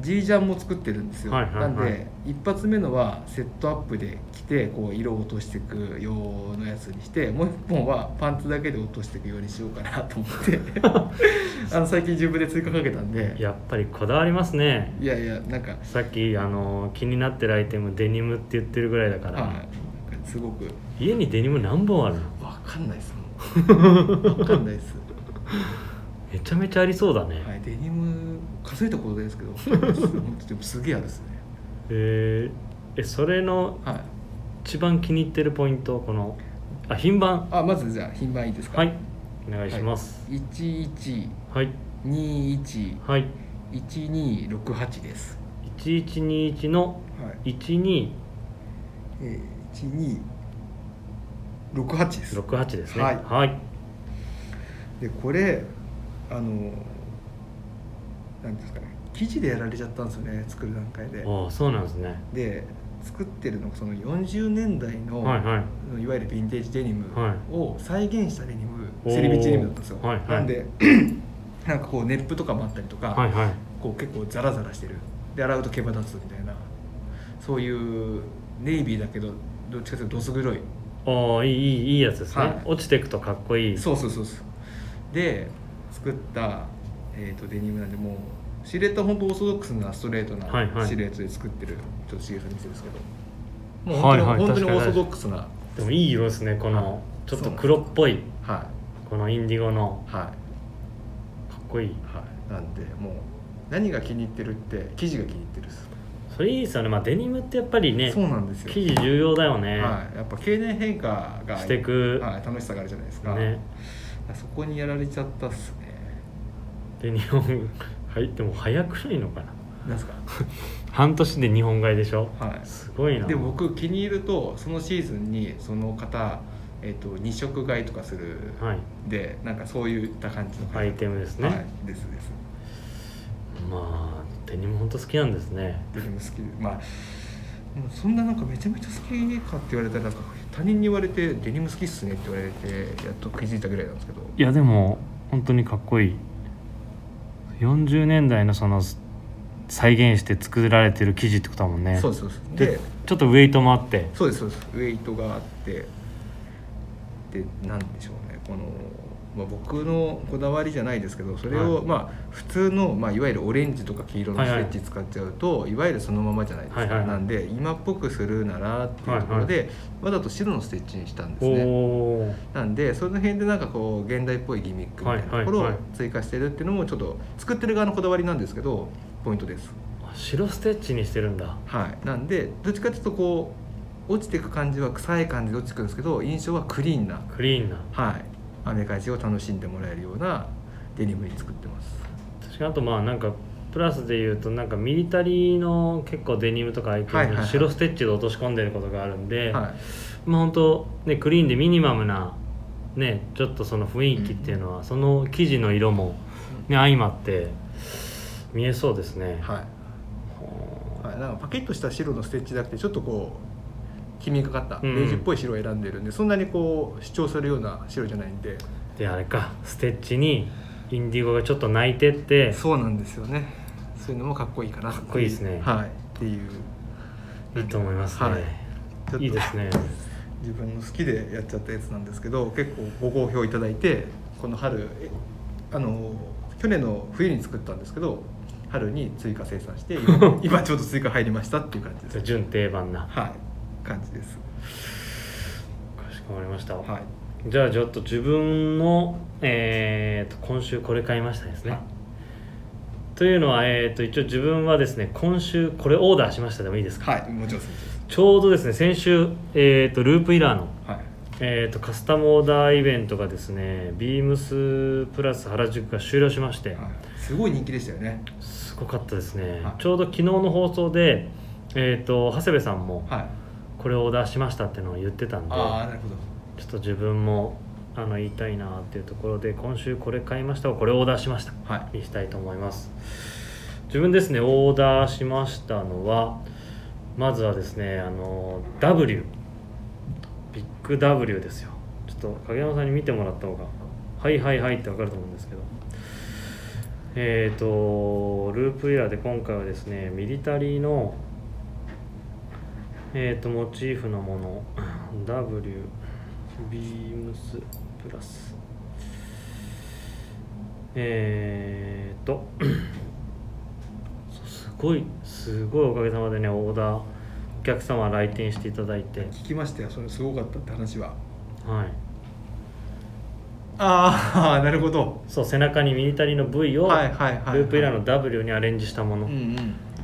Speaker 2: G ジャンも作ってるんですよ、
Speaker 1: はいはいはい
Speaker 2: なんで一発目のはセットアップで着てこう色を落としていく用のやつにしてもう一本はパンツだけで落としていくようにしようかなと思って あの最近自分で追加かけたんで
Speaker 1: やっぱりこだわりますね
Speaker 2: いやいやなんか
Speaker 1: さっきあの気になってるアイテムデニムって言ってるぐらいだから、
Speaker 2: はいなんかすごく
Speaker 1: 家にデニム何本あるの
Speaker 2: わかんないですもん わかんないです
Speaker 1: めちゃめちゃありそうだね、
Speaker 2: はいデニム数えたことないですけどわかんないです本当でもすげえあるですね
Speaker 1: ええそれの
Speaker 2: はい、
Speaker 1: 一番気に入ってるポイントこのあ品番
Speaker 2: あまずじゃあ品番いいですか
Speaker 1: はいお願いしますはい
Speaker 2: 11211268
Speaker 1: はい、
Speaker 2: です
Speaker 1: 1121の
Speaker 2: はい
Speaker 1: 1268
Speaker 2: えー1268です
Speaker 1: ですね
Speaker 2: は
Speaker 1: はいい、
Speaker 2: でこれあのなんていうんですかね生地でやられちゃったんですよね作る段階で
Speaker 1: ああそうなんですね
Speaker 2: で作ってるのがその40年代の、
Speaker 1: はいはい
Speaker 2: いわゆるヴィンテージデニム
Speaker 1: は
Speaker 2: を再現したデニム、
Speaker 1: おー
Speaker 2: セリビチデニムだったんですよ、
Speaker 1: はいはい
Speaker 2: なんで なんかこうネップとかもあったりとか、
Speaker 1: はいはい
Speaker 2: こう結構ザラザラしてるで洗うと毛羽立つみたいなそういうネイビーだけどどっちかというとどす黒い
Speaker 1: ああいいいいいいやつですね、
Speaker 2: はい
Speaker 1: 落ちていくとかっこいい
Speaker 2: そうそうそうそうで作った、えー、とデニムなんでもうシルエットは本当オーソドックスなストレート
Speaker 1: はいは
Speaker 2: ないシルエットで作ってる、ちょっと重さ見せですけどもう本当
Speaker 1: はい
Speaker 2: に,、
Speaker 1: はい
Speaker 2: 本当に
Speaker 1: 確
Speaker 2: オ
Speaker 1: か
Speaker 2: ー
Speaker 1: に
Speaker 2: ソドックスな
Speaker 1: でもいい色ですねこ
Speaker 2: はい
Speaker 1: のちょっと黒っぽい
Speaker 2: は
Speaker 1: このインディゴの
Speaker 2: いはい
Speaker 1: かっこいい
Speaker 2: はい、なんでもう何が気に入ってるって生地が気に入ってるっす、
Speaker 1: それいいですよねまあデニムってやっぱりね
Speaker 2: そうなんですよ、
Speaker 1: 生地重要だよね、
Speaker 2: はい、やっぱ経年変化が
Speaker 1: してく
Speaker 2: はい、楽しさがあるじゃないですか、
Speaker 1: ね
Speaker 2: そこにやられちゃったっすね
Speaker 1: で日本入っても早くないのかな
Speaker 2: なんすか
Speaker 1: 半年で日本買いでしょ
Speaker 2: はい
Speaker 1: すごいな
Speaker 2: で僕気に入るとそのシーズンにその方、えっと2色買いとかする
Speaker 1: はい
Speaker 2: でなんかそういった感じの
Speaker 1: アイテムですね、
Speaker 2: はい、ですです
Speaker 1: まあデニム本当好きなんですね
Speaker 2: デニム好きでまあもうそんななんかめちゃめちゃ好きかって言われたらなんか他人に言われてデニム好きっすねって言われてやっと気づいたぐらいなんですけど
Speaker 1: いやでも本当にかっこいい40年代のその再現して作られてる生地ってことだもんね
Speaker 2: そうですそうです
Speaker 1: で
Speaker 2: で
Speaker 1: ちょっとウェイトもあって
Speaker 2: そうですそうですウェイトがあってでなんでしょうねこの、まあ、僕のこだわりじゃないですけどそれを、
Speaker 1: はい
Speaker 2: まあ普通の、まあ、いわゆるオレンジとか黄色の
Speaker 1: は
Speaker 2: ス
Speaker 1: い
Speaker 2: レ
Speaker 1: はい
Speaker 2: ッジ使っちゃうと、いわゆるそのままじゃないですか、
Speaker 1: はいはい
Speaker 2: なんで今っぽくするならっていうところで、わざと白のステッチにしたんです
Speaker 1: お
Speaker 2: ね。
Speaker 1: おー
Speaker 2: なんでその辺でなんかこう現代っぽいギミックみたいなと
Speaker 1: はい
Speaker 2: ころを
Speaker 1: はいは
Speaker 2: 追加してるっていうのもちょっと作ってる側のこだわりなんですけどポイントです
Speaker 1: あ白ステッチにしてるんだ
Speaker 2: はいなんでどっちかというとこう落ちていく感じは臭い感じで落ちてくるんですけど印象はクリーンな
Speaker 1: クリーンな
Speaker 2: はいアメカジを楽しんでもらえるようなデニムに作ってます
Speaker 1: 確かにあとまあなんかプラスで言うとなんかミリタリーの結構デニムとかアイテ
Speaker 2: はいはい
Speaker 1: ム
Speaker 2: はい
Speaker 1: に白ステッチで落とし込んでることがあるんで、
Speaker 2: は
Speaker 1: まあ本当ねクリーンでミニマムなねちょっとその雰囲気っていうのは、その生地の色もね相まって見えそうですね
Speaker 2: い、はい、はい、なんかパキッとした白のステッチだくてちょっとこう黄みがかった
Speaker 1: う
Speaker 2: ベ
Speaker 1: ん
Speaker 2: ージュっぽい白を選んでるんでそんなにこう主張するような白じゃないんで
Speaker 1: であれかステッチにインディゴがちょっと泣いてって
Speaker 2: そうなんですよねそういうのもかっこいいかなかっ
Speaker 1: こいいですね
Speaker 2: はいっていう
Speaker 1: いいと思いますね、
Speaker 2: はいちょっと
Speaker 1: い、いですね
Speaker 2: 自分の好きでやっちゃったやつなんですけど結構ご好評いただいてこの春えあの去年の冬に作ったんですけど春に追加生産し て今今ちょうど追加入りましたっていう感じです
Speaker 1: 純定番な
Speaker 2: はい感じです
Speaker 1: かしこまりました、
Speaker 2: はい
Speaker 1: じゃあちょっと自分の、えーと今週これ買いましたですね、
Speaker 2: はい
Speaker 1: というのは、えー、と一応自分はですね今週これオーダーしましたでもいいですか
Speaker 2: はいもちろんそうです
Speaker 1: ちょうどですね先週、えー、とループイラーの、
Speaker 2: はい
Speaker 1: えー、とカスタムオーダーイベントがですねビームスプラス原宿が終了しまして、
Speaker 2: はいすごい人気でしたよね
Speaker 1: すごかったですね、
Speaker 2: はい
Speaker 1: ちょうど昨日の放送で、えー、と長谷部さんも
Speaker 2: はい
Speaker 1: これをオーダーしましたっていうのを言ってたんで
Speaker 2: ああなるほど
Speaker 1: ちょっと自分もあの言いたいなっていうところで今週これ買いましたをこれオーダーしました
Speaker 2: はい
Speaker 1: にしたいと思います自分ですねオーダーしましたのはまずはですねあの W ビッグ W ですよちょっと影山さんに見てもらった方がはいはいはいってわかると思うんですけどえー、とループイラーで今回はですねミリタリーのえー、とモチーフのもの W ビームスプラスえー、とそうすごいすごいおかげさまでねオーダーお客様来店していただいて
Speaker 2: 聞きましたよそれすごかったって話は
Speaker 1: はい
Speaker 2: あ あなるほど
Speaker 1: そう背中にミリタリーの V を
Speaker 2: はいはいはいはい
Speaker 1: ループイラーの W にアレンジしたもの、
Speaker 2: うんうん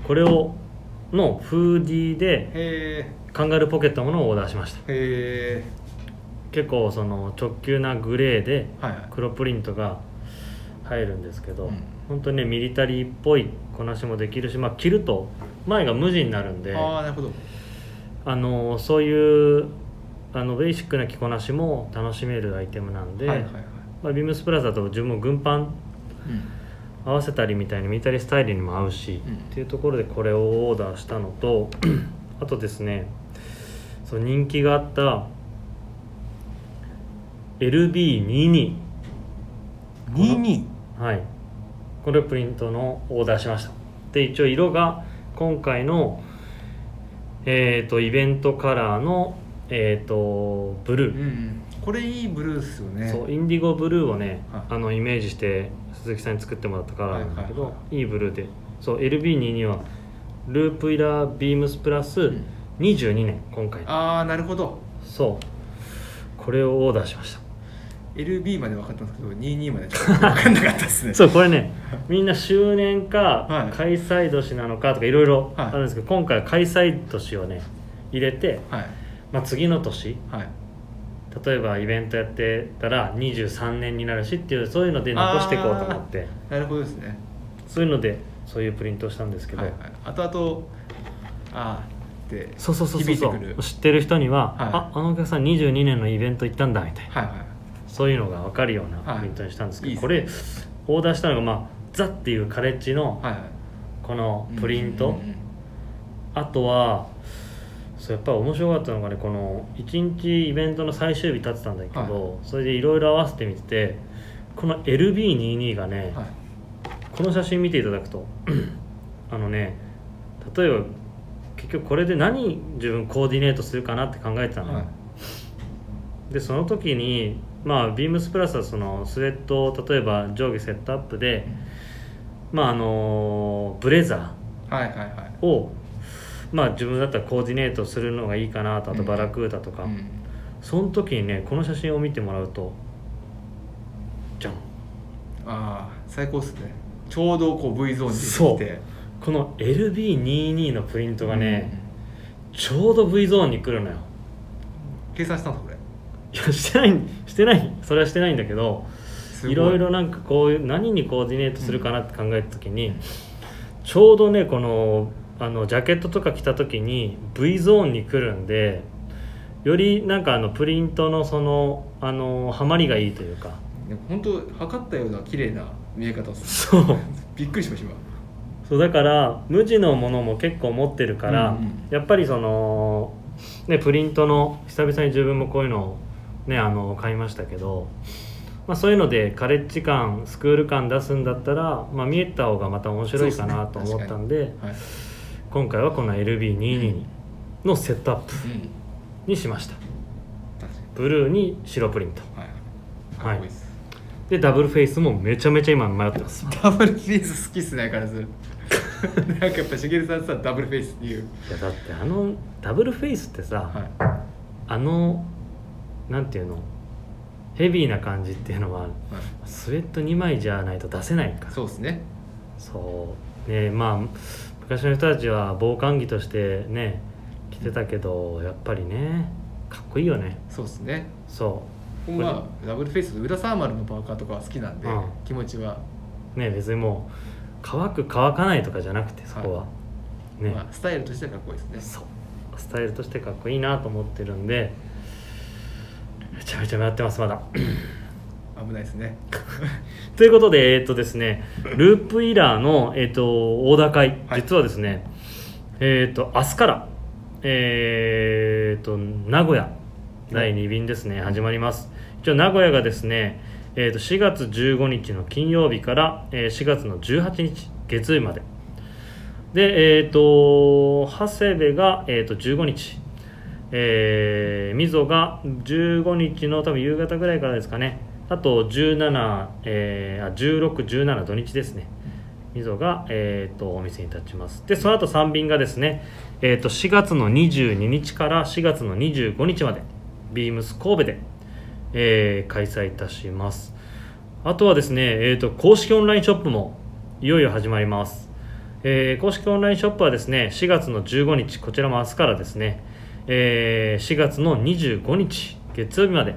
Speaker 1: これをのフーディーで
Speaker 2: へ
Speaker 1: カンガルーポケットものをオーダーしました
Speaker 2: えへ
Speaker 1: 結構その直球なグレーで
Speaker 2: えはいはい
Speaker 1: 黒プリントが入るんですけど、
Speaker 2: うん
Speaker 1: 本当にねミリタリーっぽいこなしもできるし、まあ、着ると前が無地になるんで
Speaker 2: ああなるほど
Speaker 1: あのそういうあのベーシックな着こなしも楽しめるアイテムなんで、
Speaker 2: はいはいはい、
Speaker 1: まあ、ビームスプラザと自分も軍パン
Speaker 2: うん
Speaker 1: 合わせたりみたいにミリタリースタイルにも合うし、
Speaker 2: うん
Speaker 1: っていうところでこれをオーダーしたの とあとですねそう人気があった LB22
Speaker 2: 22
Speaker 1: はいこれをプリントのオーダーしましたで一応色が今回のえっ、とイベントカラーのえっ、とブ
Speaker 2: う
Speaker 1: ルー、
Speaker 2: んこれいいブルーっすよね
Speaker 1: そうインディゴブルーをね、
Speaker 2: はい
Speaker 1: あのイメージして鈴木さんに作ってもらったカラーなんだけど、
Speaker 2: はいい
Speaker 1: い
Speaker 2: は
Speaker 1: ブルーでそう LB22 はループイラービームスプラス22年今回
Speaker 2: ああなるほど
Speaker 1: そうこれをオーダーしました
Speaker 2: LB まで分かってますけど22ま でちょっと分かんなかったですね
Speaker 1: そうこれねみんな周年か
Speaker 2: はい
Speaker 1: 開催年なのかとかいろいろ
Speaker 2: はい
Speaker 1: あるんですけど、今回は開催年をね入れて、
Speaker 2: はい
Speaker 1: まあ、次の年
Speaker 2: はい
Speaker 1: 例えばイベントやってたら23年になるしっていうそういうので残していこうと思って
Speaker 2: なるほどですね
Speaker 1: そういうのでそういうプリントをしたんですけど、
Speaker 2: はいはい後々ああって
Speaker 1: そうそうそうそう
Speaker 2: 響い
Speaker 1: そ
Speaker 2: てくる
Speaker 1: う知ってる人には、
Speaker 2: はい
Speaker 1: ああのお客さん22年のイベント行ったんだみたいな
Speaker 2: はいはい
Speaker 1: そういうのが分かるような
Speaker 2: はい
Speaker 1: プリントにしたんですけど、
Speaker 2: いいっす
Speaker 1: これオーダーしたのが、まあ、ザっていうカレッジの
Speaker 2: はいは
Speaker 1: この
Speaker 2: い
Speaker 1: プリント、
Speaker 2: うんうんうん
Speaker 1: あとはそうやっぱり面白かったのがねこの1日イベントの最終日経ってたんだけど、
Speaker 2: は
Speaker 1: それでいろいろ合わせてみててこの LB22 がね、
Speaker 2: はい
Speaker 1: この写真見ていただくと あのね例えば結局これで何自分コーディネートするかなって考えてたのよ、
Speaker 2: はい
Speaker 1: でその時にまあビームスプラスはそのスウェットを例えば上下セットアップで、まああのブレザ
Speaker 2: はいはいはい
Speaker 1: ーをまあ自分だったらコーディネートするのがいいかなとあと
Speaker 2: うん
Speaker 1: バラクータとか、
Speaker 2: うん
Speaker 1: その時にねこの写真を見てもらうとじゃん
Speaker 2: ああ最高っすねちょうどこう V ゾーン
Speaker 1: そう
Speaker 2: に出てきて
Speaker 1: この LB22 のプリントがね、ちょうど V ゾーンに来るのよ
Speaker 2: うん計算したんですこれ
Speaker 1: いやしてないしてないそれはしてないんだけど
Speaker 2: す
Speaker 1: いろいろ
Speaker 2: な
Speaker 1: なんかこういう何にコーディネートするかなって考えた時に、ちょうどねこのあのジャケットとか着た時に V ゾーンに来るんでよりなんかあのプリントのそのあのハマりがいいというか
Speaker 2: 本当測ったような綺麗な見え方っす
Speaker 1: そう
Speaker 2: びっくりしました今
Speaker 1: そうだから無地のものも結構持ってるから、
Speaker 2: うんうん
Speaker 1: やっぱりその、ね、プリントの久々に自分もこういうのを、ね、あの買いましたけど、まあ、そういうのでカレッジ感スクール感出すんだったら、まあ、見えた方がまた面白いかなと
Speaker 2: そうですね
Speaker 1: 思ったんで
Speaker 2: はい
Speaker 1: 今回はこの LB22 のセットアップ
Speaker 2: うん
Speaker 1: にしました
Speaker 2: 確か
Speaker 1: ブルーに白プリント
Speaker 2: には
Speaker 1: は
Speaker 2: い
Speaker 1: い
Speaker 2: かっこいいっす
Speaker 1: でダブルフェイスもめちゃめちゃ今迷ってますい
Speaker 2: ダブルフェイス好きっすね相変わらず なんかやっぱしげるさんさダブルフェイスっていう
Speaker 1: やだってあのダブルフェイスってさ、
Speaker 2: はい
Speaker 1: あのなんていうのヘビーな感じっていうのは
Speaker 2: はい
Speaker 1: スウェット2枚じゃないと出せないから
Speaker 2: そうですね
Speaker 1: そうねまあ昔の人たちは防寒着としてね着てたけどやっぱりねかっこいいよね
Speaker 2: そうですね
Speaker 1: そ
Speaker 2: 僕はダブルフェイスの裏サーマルのパーカーとかは好きなんで、
Speaker 1: うん
Speaker 2: 気持ちは、
Speaker 1: うね別にもう乾く乾かないとかじゃなくてそこは、
Speaker 2: は
Speaker 1: ね、
Speaker 2: まあ、スタイルとしてはかっこいいですね
Speaker 1: そうスタイルとしてかっこいいなと思ってるんでめちゃめちゃ迷ってますまだ
Speaker 2: 危ないですね
Speaker 1: ということで、えっ、とですね、ループイラーの、えっ、と、オーダー会、
Speaker 2: はい
Speaker 1: 実はですね、えっ、と、明日から、えっ、と、名古屋、第2便ですね、始まります。一応、名古屋がですね、えっ、と、4月15日の金曜日から、えー4月の18日、月曜日まで。で、えっ、と、長谷部が、えっ、と、15日。えー、溝が15日の多分夕方ぐらいからですかねあと17、えー、あ1617土日ですね溝が、えー、とお店に立ちますでその後三3便がですね、えー、と4月の22日から4月の25日までビームス神戸で、えー開催いたしますあとはですね、えー、と公式オンラインショップもいよいよ始まります、えー公式オンラインショップはですね4月の15日こちらも明日からですね、えー4月の25日月曜日まで、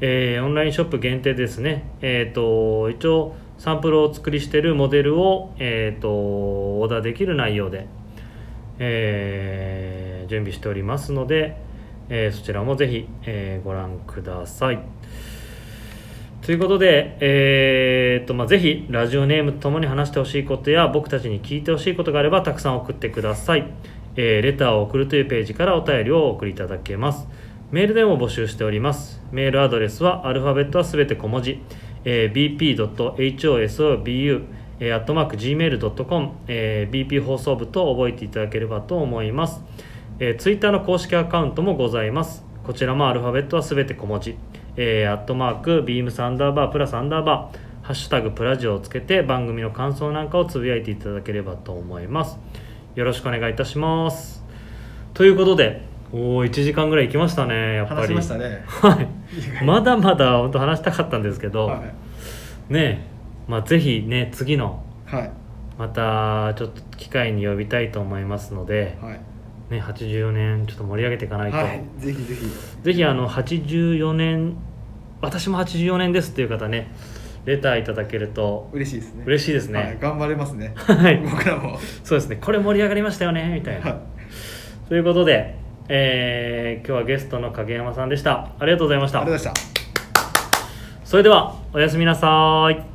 Speaker 1: えーオンラインショップ限定ですねえっ、と一応サンプルをお作りしてるモデルを、えー、とオーダーできる内容で、えー準備しておりますので、えーそちらもぜひ、えーご覧くださいということで、えーっとまあ、ぜひラジオネームとともに話してほしいことや僕たちに聞いてほしいことがあればたくさん送ってください、えーレターを送るというページからお便りをお送りいただけますメールでも募集しておりますメールアドレスはアルファベットはすべて小文字、えー bp.hosobu えー、アットマーク gmail.com、えー bp 放送部と覚えていただければと思います、えー、ツイッターの公式アカウントもございますこちらもアルファベットはすべて小文字、えーアットマークビームサンダーバープラスアンダーバーハッシュタグプラジオをつけて番組の感想なんかをつぶやいていただければと思いますよろしくお願いいたしますということでおお1時間ぐらい行きましたねやっぱり
Speaker 2: 話しましたね
Speaker 1: はい、まだまだ本当話したかったんですけど、
Speaker 2: は
Speaker 1: ねえ、まあ、ぜひね次の
Speaker 2: いはい
Speaker 1: またちょっと機会に呼びたいと思いますので、
Speaker 2: はい
Speaker 1: ね、84年ちょっと盛り上げていかないと、
Speaker 2: はい、ぜひぜひ
Speaker 1: ぜひあの84年私も84年ですっていう方ねレターいただけると
Speaker 2: 嬉しいですね
Speaker 1: 嬉しいですね
Speaker 2: はい、頑張 れますね
Speaker 1: はい
Speaker 2: 僕らも
Speaker 1: そうですねこれ盛り上がりましたよねみたいな、
Speaker 2: は
Speaker 1: ということで、えー今日はゲストの影山さんでしたありがとうございまし
Speaker 2: ありがと
Speaker 1: た
Speaker 2: うございました
Speaker 1: それではおやすみなさーい